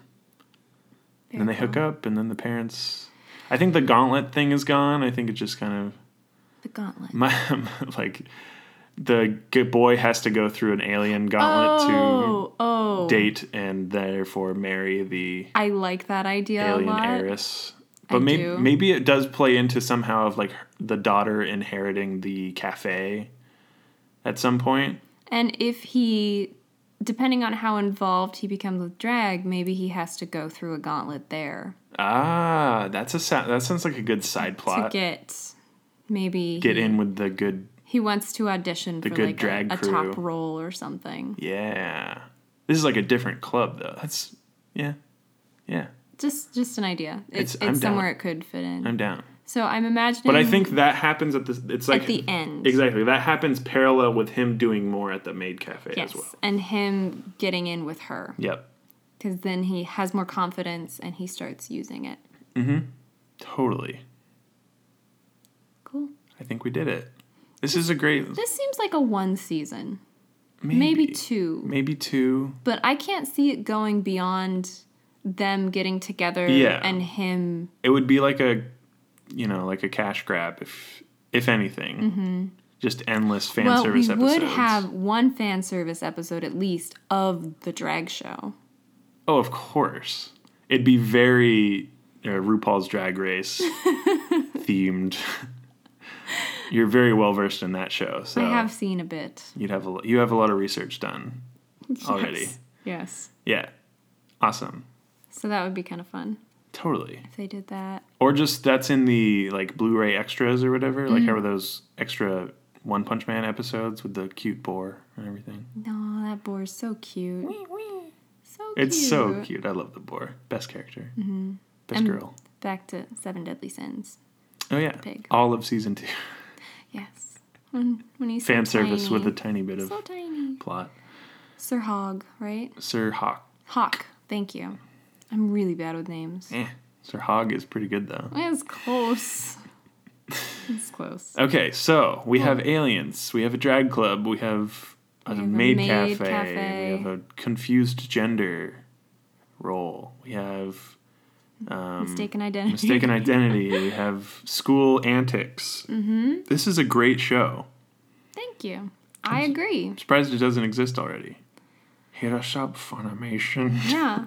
Speaker 1: And then they hook up, and then the parents. I think the gauntlet thing is gone. I think it just kind of
Speaker 2: the gauntlet.
Speaker 1: my, [laughs] like the g- boy has to go through an alien gauntlet
Speaker 2: Oh, oh!
Speaker 1: to date and therefore marry the
Speaker 2: I like that idea a
Speaker 1: alien
Speaker 2: lot.
Speaker 1: heiress. But
Speaker 2: I
Speaker 1: maybe
Speaker 2: do.
Speaker 1: maybe it does play into somehow of like her- the daughter inheriting the cafe at some point.
Speaker 2: And if he, depending on how involved he becomes with drag, maybe he has to go through a gauntlet there
Speaker 1: Ah, that's a sa- that sounds like a good side plot.
Speaker 2: to get. Maybe
Speaker 1: get
Speaker 2: he,
Speaker 1: in with the good
Speaker 2: he wants to audition for
Speaker 1: good
Speaker 2: like a-
Speaker 1: drag
Speaker 2: a,
Speaker 1: crew.
Speaker 2: top role or something.
Speaker 1: yeah this is like a different club though that's yeah yeah
Speaker 2: Just just an idea. It,
Speaker 1: It's-
Speaker 2: it's
Speaker 1: I'm down.
Speaker 2: somewhere it could fit in.
Speaker 1: i'm down
Speaker 2: so I'm imagining.
Speaker 1: but i think that happens at the it's like
Speaker 2: at the end.
Speaker 1: exactly that happens parallel with him doing more at the maid cafe
Speaker 2: Yes,
Speaker 1: as well
Speaker 2: and him getting in with her
Speaker 1: yep
Speaker 2: because then he has more confidence and he starts using it.
Speaker 1: totally
Speaker 2: Cool.
Speaker 1: i think we did it this is a great
Speaker 2: This seems like a one season,
Speaker 1: maybe
Speaker 2: maybe, two,
Speaker 1: maybe two
Speaker 2: but I can't see it going beyond them getting together
Speaker 1: Yeah.
Speaker 2: and him.
Speaker 1: it would be like a you know like a cash grab if if anything just endless fan
Speaker 2: Mm-hmm. well, we
Speaker 1: service episodes
Speaker 2: would have one fan service episode at least of the drag show.
Speaker 1: Oh, of course. It'd be very uh, RuPaul's Drag
Speaker 2: [laughs]
Speaker 1: Race themed. You're very well versed in that show, so
Speaker 2: I have seen a bit
Speaker 1: you'd have a lo- you have a lot of research done already.
Speaker 2: Yes. yes.
Speaker 1: Yeah, awesome,
Speaker 2: So that would be kind of fun
Speaker 1: totally.
Speaker 2: if they did that.
Speaker 1: Or just that's in the like Blu-ray extras or whatever. Like how are those extra One Punch Man episodes with the cute boar and everything?
Speaker 2: No, that boar's so cute. So cute.
Speaker 1: It's so cute. I love the boar. Best character. Mm-hmm. Best
Speaker 2: And-
Speaker 1: girl.
Speaker 2: Back to Seven Deadly Sins.
Speaker 1: Oh yeah.
Speaker 2: pig.
Speaker 1: All of season two.
Speaker 2: Yes. When when he's so
Speaker 1: fan service with a
Speaker 2: tiny.
Speaker 1: tiny bit of
Speaker 2: so tiny.
Speaker 1: plot.
Speaker 2: Sir Hog, right?
Speaker 1: Sir Hawk.
Speaker 2: Hawk. Thank you. I'm really bad with names.
Speaker 1: Eh. Sir Hog is pretty good though.
Speaker 2: It's close. It's
Speaker 1: [laughs]
Speaker 2: close.
Speaker 1: Okay, so we have aliens, we have a drag club, we have a
Speaker 2: Hmm. have a
Speaker 1: maid,
Speaker 2: maid
Speaker 1: cafe,
Speaker 2: cafe.
Speaker 1: we have a confused gender role, we
Speaker 2: [laughs]
Speaker 1: have
Speaker 2: Mistaken identity.
Speaker 1: Um, mistaken identity, we have school antics. Mm-hmm. This is a great show.
Speaker 2: Thank you. I agree.
Speaker 1: I'm surprised it doesn't exist already. Hit us up, Funimation.
Speaker 2: Yeah.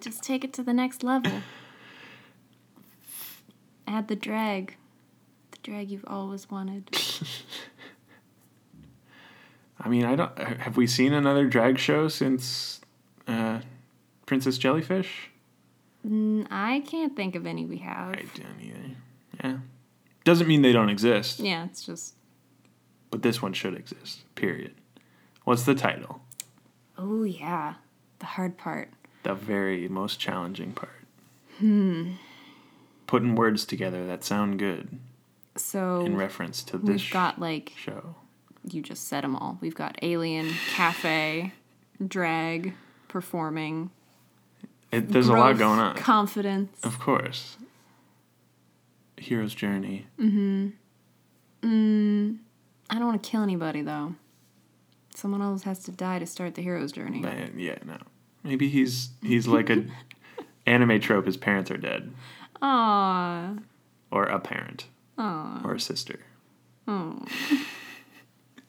Speaker 2: Just take it to the next level. Add the drag. The drag you've always wanted.
Speaker 1: I mean, I don't. Have we seen another drag show since uh, Princess Jellyfish?
Speaker 2: Mm, I can't think of any we have.
Speaker 1: I don't either. Yeah. Doesn't mean they don't exist,
Speaker 2: Yeah, it's just.
Speaker 1: but this one should exist. Period. What's the title?
Speaker 2: Oh, yeah. The hard part.
Speaker 1: The very most challenging part. Hmm. Putting words together that sound good.
Speaker 2: So
Speaker 1: in reference to this
Speaker 2: we've got like
Speaker 1: show.
Speaker 2: you just said them all. We've got Alien, Cafe, Drag, performing.
Speaker 1: It, there's a lot
Speaker 2: growth,
Speaker 1: going on.
Speaker 2: Confidence.
Speaker 1: Of course. Hero's journey.
Speaker 2: Hmm. I don't want to kill anybody though. Someone else has to die to start the hero's journey.
Speaker 1: Man, yeah, no. Maybe he's he's like
Speaker 2: [laughs]
Speaker 1: a anime trope. His parents are dead,
Speaker 2: Aw.
Speaker 1: or a parent, or a sister.
Speaker 2: Oh.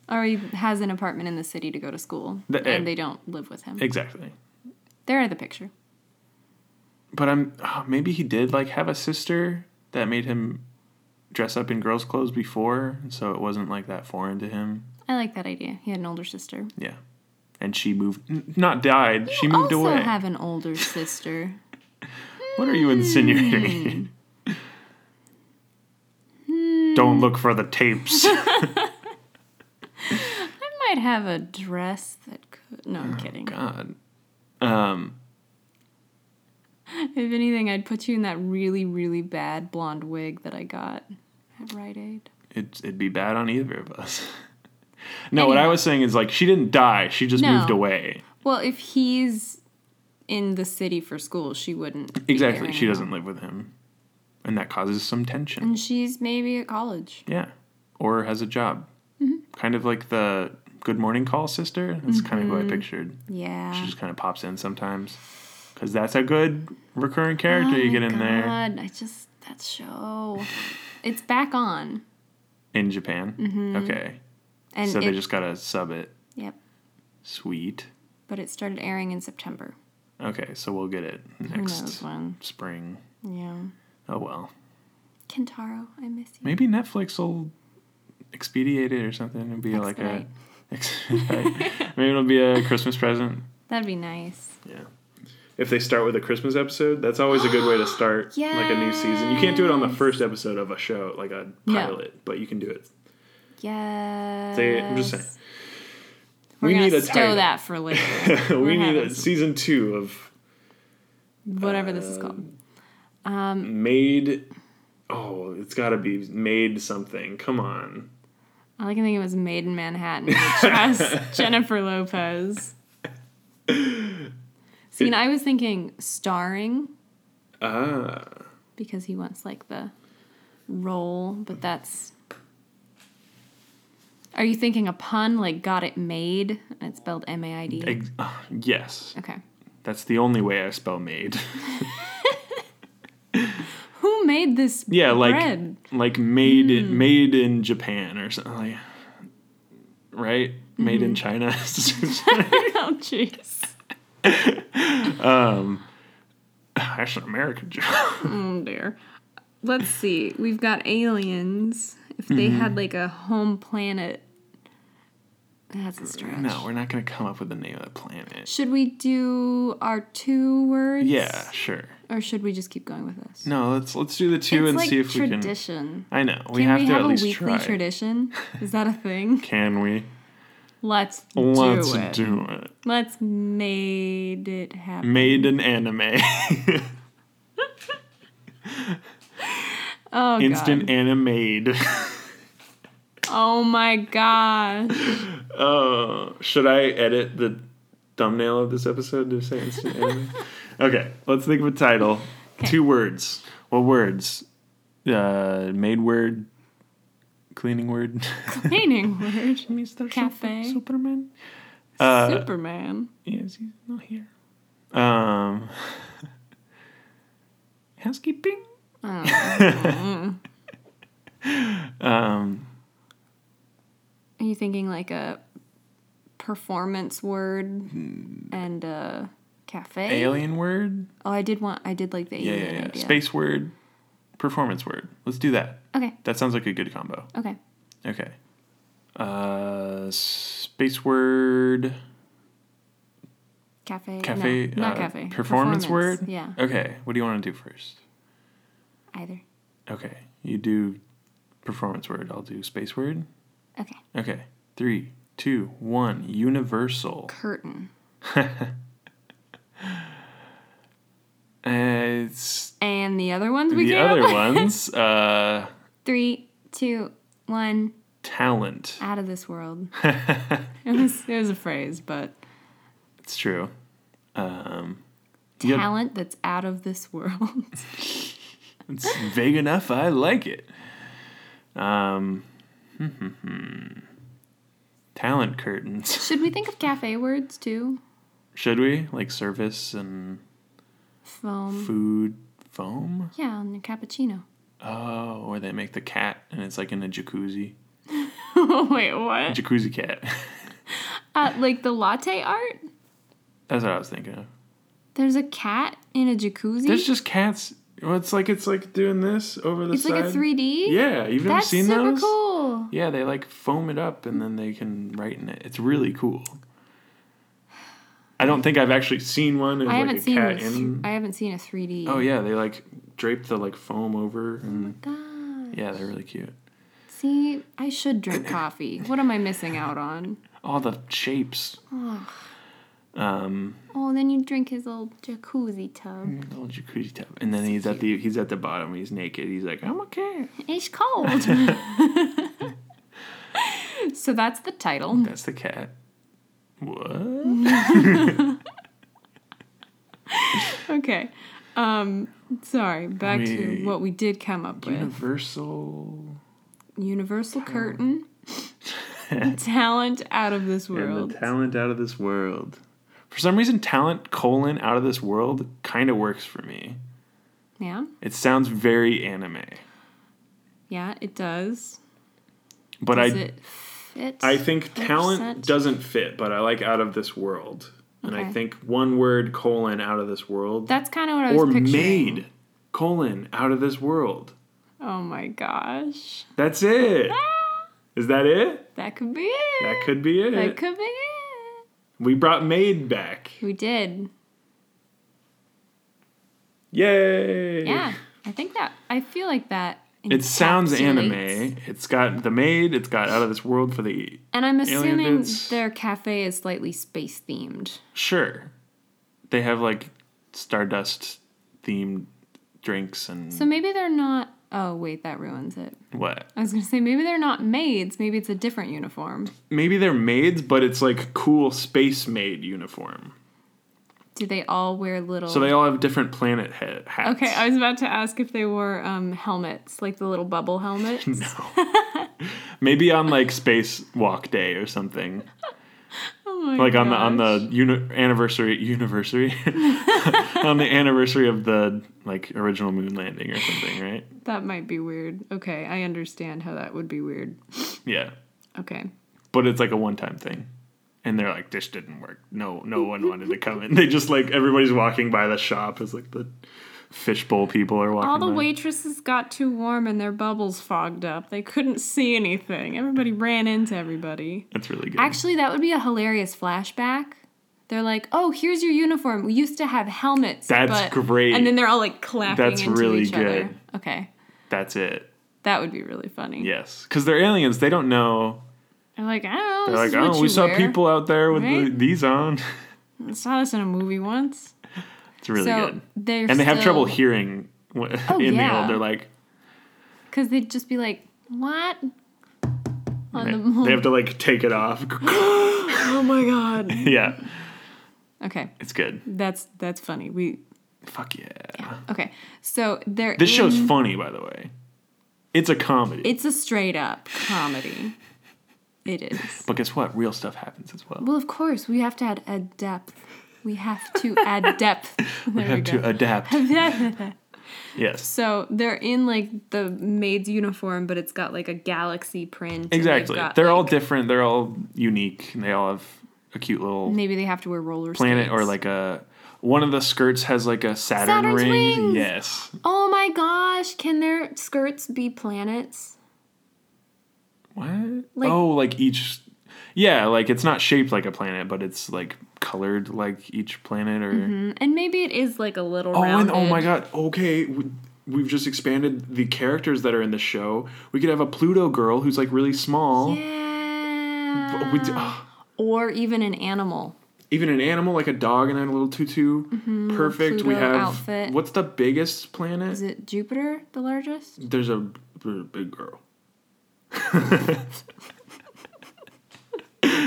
Speaker 2: Or he has an apartment in the city to go to school,
Speaker 1: The-
Speaker 2: and they don't live with him.
Speaker 1: Exactly.
Speaker 2: They're out of the picture.
Speaker 1: But I'm ah, maybe he did like have a sister that made him dress up in girls' clothes before, so it wasn't like that foreign to him.
Speaker 2: I like that idea. He had an older sister.
Speaker 1: Yeah. And she moved, n- not died. she
Speaker 2: You
Speaker 1: moved
Speaker 2: also
Speaker 1: away.
Speaker 2: have an older sister.
Speaker 1: what are you insinuating?
Speaker 2: Hmm.
Speaker 1: Don't look for the tapes.
Speaker 2: I might have a dress that could. No, I'm kidding.
Speaker 1: Oh, God. Um,
Speaker 2: [laughs] If anything, I'd put you in that really, really bad blonde wig that I got at Rite Aid.
Speaker 1: it, it'd be bad on either of us. no, what I was saying is like she didn't die. She just
Speaker 2: No.
Speaker 1: moved away.
Speaker 2: Well, if he's in the city for school, she wouldn't. be there
Speaker 1: Exactly. She
Speaker 2: anyhow.
Speaker 1: doesn't live with him. And that causes some tension.
Speaker 2: And she's maybe at college.
Speaker 1: Yeah. Or has a job.
Speaker 2: Mm-hmm.
Speaker 1: Kind of like the Good Morning Call sister. That's kind of who I pictured. She
Speaker 2: Mm-hmm. Yeah.
Speaker 1: just kind of pops in sometimes. Because that's a good recurring character you get in there
Speaker 2: Oh God, I just that show. It's back on.
Speaker 1: in Japan. Okay.
Speaker 2: Mm-hmm. And
Speaker 1: so
Speaker 2: it,
Speaker 1: they just got to sub it.
Speaker 2: Yep.
Speaker 1: Sweet.
Speaker 2: But it started airing in September.
Speaker 1: Okay, so we'll get it
Speaker 2: Who knows
Speaker 1: next
Speaker 2: when?
Speaker 1: spring.
Speaker 2: Yeah.
Speaker 1: Oh well.
Speaker 2: Kentaro, I miss you.
Speaker 1: Maybe Netflix will expedite it or something and be like a. [laughs] Maybe it'll be a Christmas present.
Speaker 2: That'd be nice.
Speaker 1: Yeah. If they start with a Christmas episode, that's always a good way to
Speaker 2: [gasps]
Speaker 1: start like a new season. You can't do it on the
Speaker 2: Yes.
Speaker 1: first episode of a show, like a
Speaker 2: No.
Speaker 1: pilot, but you can do it. [laughs]
Speaker 2: Yes.
Speaker 1: They, I'm just saying.
Speaker 2: We're
Speaker 1: we
Speaker 2: gonna
Speaker 1: need a
Speaker 2: stow
Speaker 1: title.
Speaker 2: that for later.
Speaker 1: we need
Speaker 2: having
Speaker 1: a
Speaker 2: some-
Speaker 1: season two of
Speaker 2: Whatever this is called. Um,
Speaker 1: made. Oh, it's got to be made something. Come on. Uh,
Speaker 2: All I can think it was Made in
Speaker 1: [laughs]
Speaker 2: Manhattan, which has Jennifer Lopez. See, and I was thinking starring
Speaker 1: Ah,
Speaker 2: because he wants like the role, but that's. Are you thinking a pun like got it made? And it's spelled M A I D. E?
Speaker 1: ex- [sighs] ah, yes.
Speaker 2: Okay.
Speaker 1: That's the only way I spell made. [laughs]
Speaker 2: Who made this
Speaker 1: yeah, like
Speaker 2: bread? [laughs]
Speaker 1: like made in,
Speaker 2: Hmm.
Speaker 1: made in Japan or something. Like, right? Made
Speaker 2: Mm-hmm.
Speaker 1: in
Speaker 2: [laughs]
Speaker 1: China. [laughs]
Speaker 2: oh, jeez.
Speaker 1: Actually, American joke.
Speaker 2: Oh, dear. Let's see. We've got aliens. If they
Speaker 1: Mm-hmm.
Speaker 2: had like a home planet, that's a stretch.
Speaker 1: No, we're not going to come up with the name of the planet.
Speaker 2: Should we do our two words?
Speaker 1: Yeah, sure.
Speaker 2: Or should we just keep going with this?
Speaker 1: No, let's let's do the two
Speaker 2: it's
Speaker 1: and
Speaker 2: like
Speaker 1: see if we can.
Speaker 2: tradition.
Speaker 1: I know we
Speaker 2: Can
Speaker 1: have
Speaker 2: we
Speaker 1: to
Speaker 2: have
Speaker 1: at
Speaker 2: a
Speaker 1: least
Speaker 2: weekly
Speaker 1: try.
Speaker 2: tradition? Is that
Speaker 1: [laughs]
Speaker 2: a thing?
Speaker 1: Can we?
Speaker 2: Let's,
Speaker 1: Let's
Speaker 2: do it.
Speaker 1: do it.
Speaker 2: Let's made it happen.
Speaker 1: Made an anime.
Speaker 2: oh
Speaker 1: [laughs] Instant
Speaker 2: god.
Speaker 1: anime.
Speaker 2: [laughs] Oh my gosh.
Speaker 1: Oh, should I edit the thumbnail of this episode to say
Speaker 2: [laughs]
Speaker 1: instant anime? okay, let's think of a title. Two words. What words? Uh, made word. Cleaning word.
Speaker 2: Painting
Speaker 1: [laughs]
Speaker 2: word.
Speaker 1: Mr.
Speaker 2: Cafe.
Speaker 1: Superman. Uh,
Speaker 2: Superman.
Speaker 1: Yes, he's not here. Um, [laughs] housekeeping. um,
Speaker 2: Are you thinking like a performance word and a cafe?
Speaker 1: alien word.
Speaker 2: Oh, I did want. I did like the
Speaker 1: Yeah,
Speaker 2: alien
Speaker 1: yeah, yeah.
Speaker 2: idea.
Speaker 1: Space word. Performance word. Let's do that.
Speaker 2: Okay.
Speaker 1: That sounds like a good combo.
Speaker 2: Okay.
Speaker 1: Okay. Uh, space word.
Speaker 2: Cafe.
Speaker 1: Cafe.
Speaker 2: No, not
Speaker 1: uh,
Speaker 2: cafe.
Speaker 1: Performance, word.
Speaker 2: Yeah.
Speaker 1: Okay. What do you want to do first?
Speaker 2: Either.
Speaker 1: Okay. You do performance word. I'll do space word.
Speaker 2: Okay.
Speaker 1: Okay. Three, two, one. Universal.
Speaker 2: Curtain.
Speaker 1: Uh, it's
Speaker 2: And the other ones we
Speaker 1: the
Speaker 2: came up
Speaker 1: other
Speaker 2: with?
Speaker 1: ones. Uh,
Speaker 2: Three, two, one,
Speaker 1: Talent.
Speaker 2: out of this world. [laughs] it, was, it was a phrase, but
Speaker 1: It's true. Um, Yep.
Speaker 2: talent that's out of this world. [laughs]
Speaker 1: it's vague enough. I like it. Um, [laughs] talent curtains.
Speaker 2: Should we think of cafe words too?
Speaker 1: Should we like service and
Speaker 2: Foam.
Speaker 1: food foam?
Speaker 2: Yeah, and a cappuccino.
Speaker 1: Oh, or they make the cat and it's like in a jacuzzi.
Speaker 2: [laughs] Wait,
Speaker 1: A
Speaker 2: what?
Speaker 1: jacuzzi cat. [laughs]
Speaker 2: Uh, like the latte art?
Speaker 1: That's what I was thinking of.
Speaker 2: There's a cat in a jacuzzi.
Speaker 1: There's just cats. Well, it's like it's like doing this over the
Speaker 2: it's
Speaker 1: side.
Speaker 2: like a 3D.
Speaker 1: Yeah, you've never
Speaker 2: that's
Speaker 1: seen
Speaker 2: super
Speaker 1: those.
Speaker 2: cool.
Speaker 1: Yeah, they like foam it up and then they can write in it. It's really cool. I don't think I've actually seen one. Of
Speaker 2: I
Speaker 1: like
Speaker 2: haven't
Speaker 1: a
Speaker 2: seen.
Speaker 1: cat
Speaker 2: a
Speaker 1: in.
Speaker 2: th- I haven't seen a 3D.
Speaker 1: Oh yeah, they like drape the like foam over and
Speaker 2: God.
Speaker 1: yeah, they're really cute.
Speaker 2: Ah, See, I should drink coffee. What am I missing out on?
Speaker 1: All the shapes.
Speaker 2: Ugh.
Speaker 1: Um,
Speaker 2: Oh, then you drink his old jacuzzi tub.
Speaker 1: little jacuzzi tub, and then he's at the he's at the bottom. He's naked. He's like, I'm okay.
Speaker 2: It's [laughs] cold. so that's the title.
Speaker 1: That's the cat. What?
Speaker 2: Okay. Um, sorry. Back
Speaker 1: We-
Speaker 2: to what we did come up with.
Speaker 1: Universal.
Speaker 2: Universal curtain. [laughs] talent out of this
Speaker 1: [laughs] And
Speaker 2: world.
Speaker 1: the talent out of this world. For some reason, talent colon out of this world kind of works for me.
Speaker 2: yeah.
Speaker 1: It sounds very anime,
Speaker 2: Yeah, it does.
Speaker 1: but
Speaker 2: Does
Speaker 1: I
Speaker 2: it fit?
Speaker 1: I think
Speaker 2: 100%?
Speaker 1: talent doesn't fit, but I like out of this world, and I
Speaker 2: Okay.
Speaker 1: think one word colon out of this world
Speaker 2: That's kind of what I was
Speaker 1: or
Speaker 2: picturing.
Speaker 1: made colon out of this world.
Speaker 2: Oh my gosh.
Speaker 1: That's it. Is that it?
Speaker 2: Ah, That could be it.
Speaker 1: That could be it.
Speaker 2: That could be it.
Speaker 1: we brought made back.
Speaker 2: We did.
Speaker 1: Yay!
Speaker 2: Yeah. I think that I feel like that
Speaker 1: It sounds
Speaker 2: encapsulates-
Speaker 1: anime. It's got the maid. It's got out of this world for the
Speaker 2: And I'm
Speaker 1: Alien
Speaker 2: assuming
Speaker 1: bits.
Speaker 2: their cafe is slightly space themed.
Speaker 1: sure. They have like Stardust themed drinks and
Speaker 2: So maybe they're not. Oh, wait, that ruins it.
Speaker 1: what?
Speaker 2: I was going to say maybe they're not maids. Maybe it's a different uniform.
Speaker 1: Maybe they're maids, but it's like cool space maid uniform.
Speaker 2: Do they all wear little.
Speaker 1: So they all have different planet ha- hats.
Speaker 2: okay, I was about to ask if they wore um, helmets, like the little bubble helmets.
Speaker 1: [laughs] no. Maybe on like space walk day or something.
Speaker 2: Oh my
Speaker 1: like on the on
Speaker 2: gosh.
Speaker 1: the uni- anniversary anniversary [laughs] on the anniversary of the like original moon landing or something, right?
Speaker 2: That might be weird. Okay, I understand how that would be weird.
Speaker 1: Yeah,
Speaker 2: Okay.
Speaker 1: but it's like a one time thing, and they're like, "This didn't work. No, no one wanted to come in." They just like everybody's walking by the shop is like the fishbowl people are walking.
Speaker 2: All the
Speaker 1: by.
Speaker 2: waitresses got too warm and their bubbles fogged up. They couldn't see anything. Everybody ran into everybody.
Speaker 1: That's really good.
Speaker 2: Actually, that would be a hilarious flashback. They're like, "Oh, here's your uniform. We used to have helmets."
Speaker 1: That's
Speaker 2: but-"
Speaker 1: great.
Speaker 2: And then they're all like clapping
Speaker 1: That's
Speaker 2: into
Speaker 1: really
Speaker 2: each other.
Speaker 1: good.
Speaker 2: Okay,
Speaker 1: That's it.
Speaker 2: that would be really funny.
Speaker 1: Yes, because they're aliens. They don't know.
Speaker 2: I'm like, I don't know.
Speaker 1: They're
Speaker 2: this
Speaker 1: like,
Speaker 2: is what
Speaker 1: "Oh,
Speaker 2: you
Speaker 1: we saw
Speaker 2: wear."
Speaker 1: people out there with the,
Speaker 2: right?
Speaker 1: these on." [laughs]
Speaker 2: I saw this in a movie once.
Speaker 1: it's really
Speaker 2: so
Speaker 1: good.
Speaker 2: they're Oh,
Speaker 1: and they have trouble hearing wh- [laughs] in the
Speaker 2: yeah.
Speaker 1: old. They're like
Speaker 2: because they'd just be like,
Speaker 1: [laughs]
Speaker 2: "What?" On the
Speaker 1: they have to like take it
Speaker 2: [laughs]
Speaker 1: off. [laughs]
Speaker 2: oh my god.
Speaker 1: yeah,
Speaker 2: Okay,
Speaker 1: it's good.
Speaker 2: that's that's funny. We
Speaker 1: Fuck yeah.
Speaker 2: okay. So they're
Speaker 1: This show's
Speaker 2: in-
Speaker 1: funny, by the way. It's a comedy.
Speaker 2: It's a straight up comedy. It is.
Speaker 1: but guess what? Real stuff happens as well.
Speaker 2: Well, of course, we have to add a depth. We have
Speaker 1: [laughs]
Speaker 2: to add depth. There we,
Speaker 1: We have to
Speaker 2: go. [laughs]
Speaker 1: adapt. yes.
Speaker 2: so they're in like the maid's uniform, but it's got like a galaxy print. and they've
Speaker 1: Exactly.
Speaker 2: got,
Speaker 1: They're
Speaker 2: like-
Speaker 1: all different. They're all unique. And they all have a cute little
Speaker 2: Maybe they have to wear roller
Speaker 1: planet
Speaker 2: skates.
Speaker 1: or like a. One of the skirts has like a Saturn
Speaker 2: Saturn's
Speaker 1: ring.
Speaker 2: rings!
Speaker 1: Yes.
Speaker 2: Oh my gosh! Can their skirts be planets?
Speaker 1: What?
Speaker 2: Like-
Speaker 1: oh, like each. Yeah, like it's not shaped like a planet, but it's like colored like each planet or.
Speaker 2: Mm, And maybe it is like a little.
Speaker 1: Oh, and oh
Speaker 2: rounded-
Speaker 1: my god. Okay, we- we've just expanded the characters that are in the show. We could have a Pluto girl who's like really small.
Speaker 2: Yeah.
Speaker 1: But we d- ugh.
Speaker 2: or even an animal.
Speaker 1: even an animal like a dog in a little tutu. Perfect. we
Speaker 2: Mm-hmm. Pluto
Speaker 1: have
Speaker 2: outfit.
Speaker 1: what's the biggest planet? [laughs]
Speaker 2: Is it Jupiter the largest?
Speaker 1: There's a b- big girl.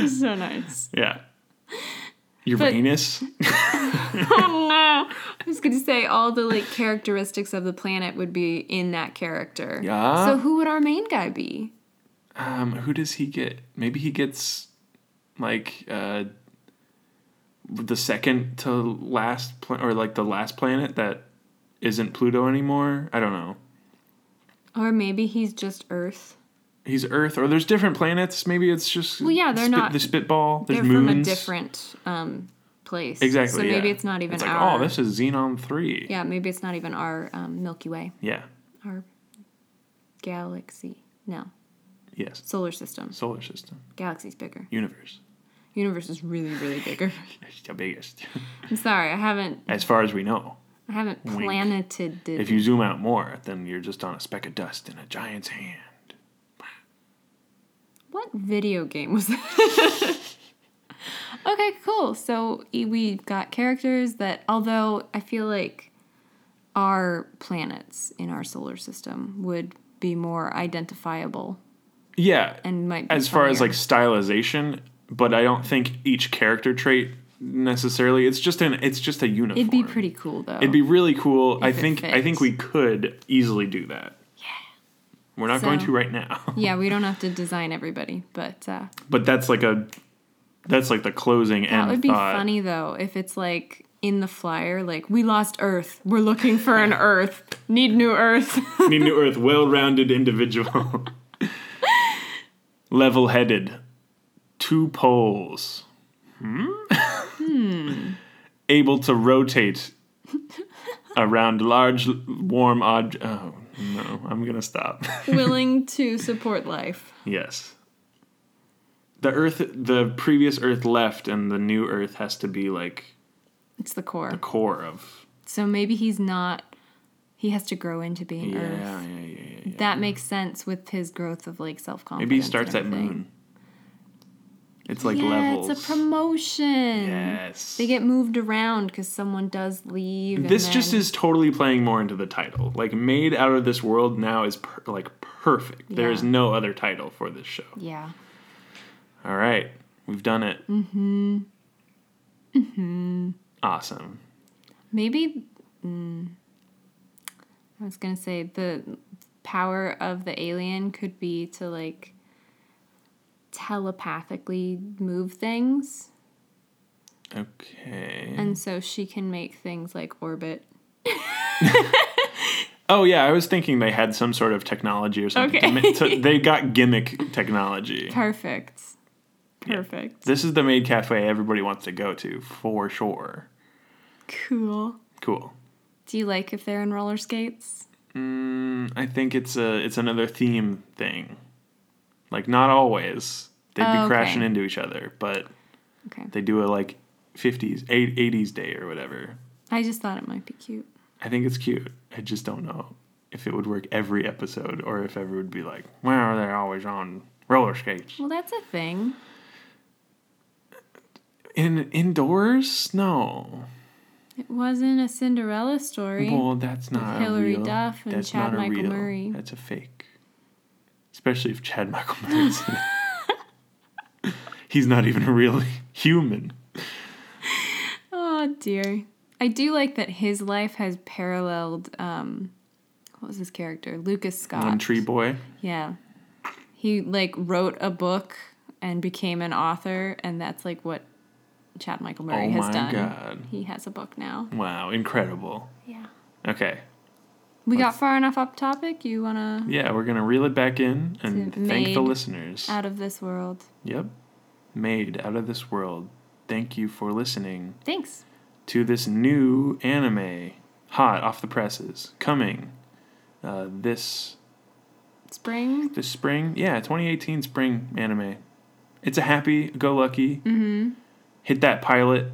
Speaker 2: so nice.
Speaker 1: Yeah. Uranus.
Speaker 2: oh no! I was gonna say all the like characteristics of the planet would be in that character.
Speaker 1: Yeah.
Speaker 2: So who would our main guy be?
Speaker 1: Um, who does he get? Maybe he gets like uh the second to last pla- or like the last planet that isn't Pluto anymore. I don't know.
Speaker 2: Or maybe he's just Earth.
Speaker 1: He's Earth or there's different planets. Maybe it's just
Speaker 2: Well, yeah, they're not-
Speaker 1: the spitball. There's
Speaker 2: They're
Speaker 1: moons.
Speaker 2: from a different um, place.
Speaker 1: exactly.
Speaker 2: So maybe
Speaker 1: yeah.
Speaker 2: it's not even
Speaker 1: like,
Speaker 2: our.
Speaker 1: oh, this is Xenon three.
Speaker 2: Yeah, maybe it's not even our um, Milky Way,
Speaker 1: yeah.
Speaker 2: our galaxy. No,
Speaker 1: Yes.
Speaker 2: solar system.
Speaker 1: Solar system.
Speaker 2: Galaxy's bigger.
Speaker 1: Universe.
Speaker 2: Universe is really, really bigger. [laughs]
Speaker 1: It's the biggest, [laughs]
Speaker 2: I'm sorry, I haven't,
Speaker 1: as far as we know.
Speaker 2: I haven't
Speaker 1: Wink.
Speaker 2: planeted it.
Speaker 1: If you zoom out more, then you're just on a speck of dust in a giant's hand.
Speaker 2: What video game was that? okay, cool. So e- we've got characters that, although I feel like our planets in our solar system would be more identifiable
Speaker 1: Yeah.
Speaker 2: and might be
Speaker 1: as far as
Speaker 2: funnier.
Speaker 1: like stylization, but I don't think each character trait necessarily. It's just an it's just a uniform.
Speaker 2: it'd be pretty cool though.
Speaker 1: It'd be really cool. I
Speaker 2: if it
Speaker 1: think I think
Speaker 2: fits.
Speaker 1: we could easily do that. Yeah. We're not going
Speaker 2: So-
Speaker 1: to right now. [laughs]
Speaker 2: yeah, we don't have to design everybody, but uh,
Speaker 1: But that's like a that's like the closing
Speaker 2: that
Speaker 1: end
Speaker 2: would be
Speaker 1: thought.
Speaker 2: funny though if it's like in the flyer, like we lost Earth, we're looking for
Speaker 1: [laughs]
Speaker 2: an Earth, need new Earth. [laughs]
Speaker 1: Need new earth, well-rounded individual. [laughs] Level-headed. Two poles. Hmm? [laughs] Able to rotate around large warm odd oh no, I'm going to stop. [laughs]
Speaker 2: willing to support life.
Speaker 1: yes. The earth the previous earth left and the new earth has to be like
Speaker 2: It's the core.
Speaker 1: the core of
Speaker 2: So maybe he's not. He has to grow into being
Speaker 1: yeah, yeah,
Speaker 2: Earth.
Speaker 1: yeah, yeah, yeah.
Speaker 2: That makes sense with his growth of like self confidence.
Speaker 1: Maybe he starts at moon. It's like
Speaker 2: yeah,
Speaker 1: levels.
Speaker 2: it's a promotion.
Speaker 1: Yes.
Speaker 2: They get moved around because someone does leave. and
Speaker 1: this just
Speaker 2: then-
Speaker 1: is totally playing more into the title. Like made out of this world now is per- like perfect. There is
Speaker 2: Yeah.
Speaker 1: no other title for this show.
Speaker 2: Yeah.
Speaker 1: All right, we've done it. Mm-hmm. Mm-hmm.
Speaker 2: Mm-hmm.
Speaker 1: Awesome.
Speaker 2: Maybe. Mm, I was gonna say the power of the alien could be to like telepathically move things,
Speaker 1: Okay.
Speaker 2: and so she can make things like orbit
Speaker 1: oh yeah, I was thinking they had some sort of technology or something. to
Speaker 2: Okay.
Speaker 1: mi- to- they
Speaker 2: [laughs]
Speaker 1: got gimmick technology.
Speaker 2: Perfect. Perfect.
Speaker 1: This is the maid cafe everybody wants to go to for sure.
Speaker 2: Cool.
Speaker 1: Cool.
Speaker 2: Do you like if they're in roller skates?
Speaker 1: Mm, I think it's a it's another theme thing. Like not always they'd be
Speaker 2: Oh, okay.
Speaker 1: crashing into each other, but
Speaker 2: Okay.
Speaker 1: they do a like 50s, eight- 80s day or whatever.
Speaker 2: I just thought it might be cute.
Speaker 1: I think it's cute. I just don't know if it would work every episode or if everyone would be like, "Why are they always on roller skates?"
Speaker 2: Well, that's a thing.
Speaker 1: In indoors? No.
Speaker 2: It wasn't a Cinderella story.
Speaker 1: Well, that's not a
Speaker 2: Hillary
Speaker 1: real-
Speaker 2: Duff and
Speaker 1: that's
Speaker 2: Chad
Speaker 1: not a
Speaker 2: Michael
Speaker 1: real-
Speaker 2: Murray.
Speaker 1: That's a fake. Especially if Chad Michael Murray's in
Speaker 2: [laughs]
Speaker 1: it. He's not even a real human.
Speaker 2: Oh dear. I do like that his life has paralleled um what was his character? Lucas Scott.
Speaker 1: One tree boy.
Speaker 2: Yeah. He like wrote a book and became an author and that's like what Chad Michael Murray
Speaker 1: Oh
Speaker 2: has
Speaker 1: my
Speaker 2: done.
Speaker 1: God.
Speaker 2: He has a book now.
Speaker 1: Wow, incredible.
Speaker 2: Yeah.
Speaker 1: Okay.
Speaker 2: We got far enough up topic. You want to
Speaker 1: Yeah, we're gonna reel it back in and
Speaker 2: To
Speaker 1: thank
Speaker 2: made
Speaker 1: the listeners.
Speaker 2: out of this world.
Speaker 1: Yep. Made out of this world. Thank you for listening
Speaker 2: Thanks.
Speaker 1: to this new anime, hot off the presses, coming uh, this
Speaker 2: Spring.
Speaker 1: this spring. Yeah, 2018 spring anime. It's a happy go lucky. Mm-hmm. Hit that pilot.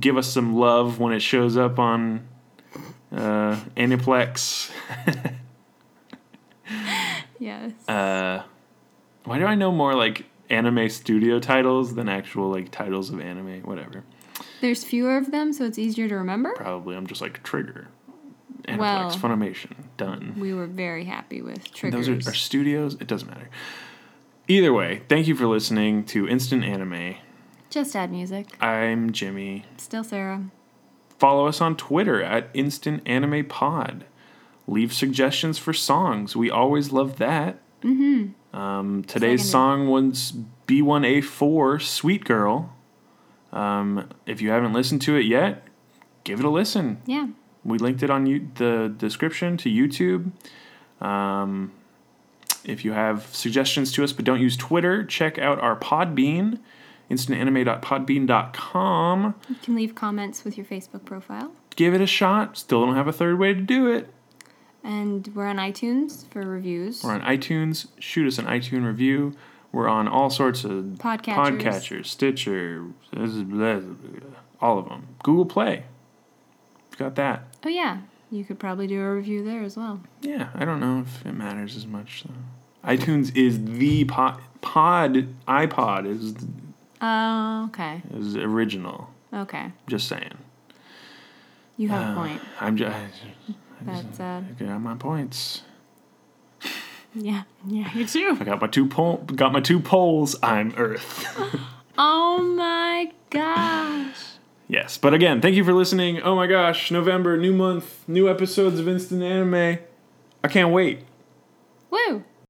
Speaker 1: Give us some love when it shows up on uh, Aniplex. [laughs]
Speaker 2: Yes.
Speaker 1: Uh, why do I know more like anime studio titles than actual like titles of anime? Whatever.
Speaker 2: There's fewer of them, so it's easier to remember.
Speaker 1: Probably I'm just like trigger. Aniplex,
Speaker 2: Well-
Speaker 1: Funimation, done.
Speaker 2: We were very happy with triggers.
Speaker 1: Those are, are studios. It doesn't matter. Either way, thank you for listening to Instant Anime.
Speaker 2: Just add music.
Speaker 1: I'm Jimmy.
Speaker 2: Still Sarah.
Speaker 1: Follow us on Twitter at Instant Anime Pod. Leave suggestions for songs. We always love that. Mm-hmm. Um, today's
Speaker 2: Seconded.
Speaker 1: song was B1A4 Sweet Girl. Um, if you haven't listened to it yet, give it a listen.
Speaker 2: Yeah.
Speaker 1: We linked it on you, the description to YouTube. Um, if you have suggestions to us but don't use Twitter, check out our Podbean, instantanime.podbean.com.
Speaker 2: You can leave comments with your Facebook profile.
Speaker 1: Give it a shot. Still don't have a third way to do it.
Speaker 2: And we're on iTunes for reviews.
Speaker 1: We're on iTunes. Shoot us an iTunes review. We're on all sorts of
Speaker 2: Podcatchers.
Speaker 1: podcatchers, Stitcher, this is- blah, blah, blah, all of them. Google Play. Got that.
Speaker 2: Oh, yeah. You could probably do a review there as well.
Speaker 1: Yeah, I don't know if it matters as much though. iTunes is the pod, pod iPod is
Speaker 2: Oh, okay.
Speaker 1: is original.
Speaker 2: Okay.
Speaker 1: Just saying.
Speaker 2: You have a
Speaker 1: Uh,
Speaker 2: point.
Speaker 1: I'm just
Speaker 2: That's uh,
Speaker 1: I got my points.
Speaker 2: yeah, [laughs] yeah, you too.
Speaker 1: I got my two pol got my two poles. I'm Earth.
Speaker 2: Oh my gosh.
Speaker 1: yes, but again, thank you for listening. Oh my gosh, November, new month, new episodes of Instant Anime. I can't wait.
Speaker 2: Woo.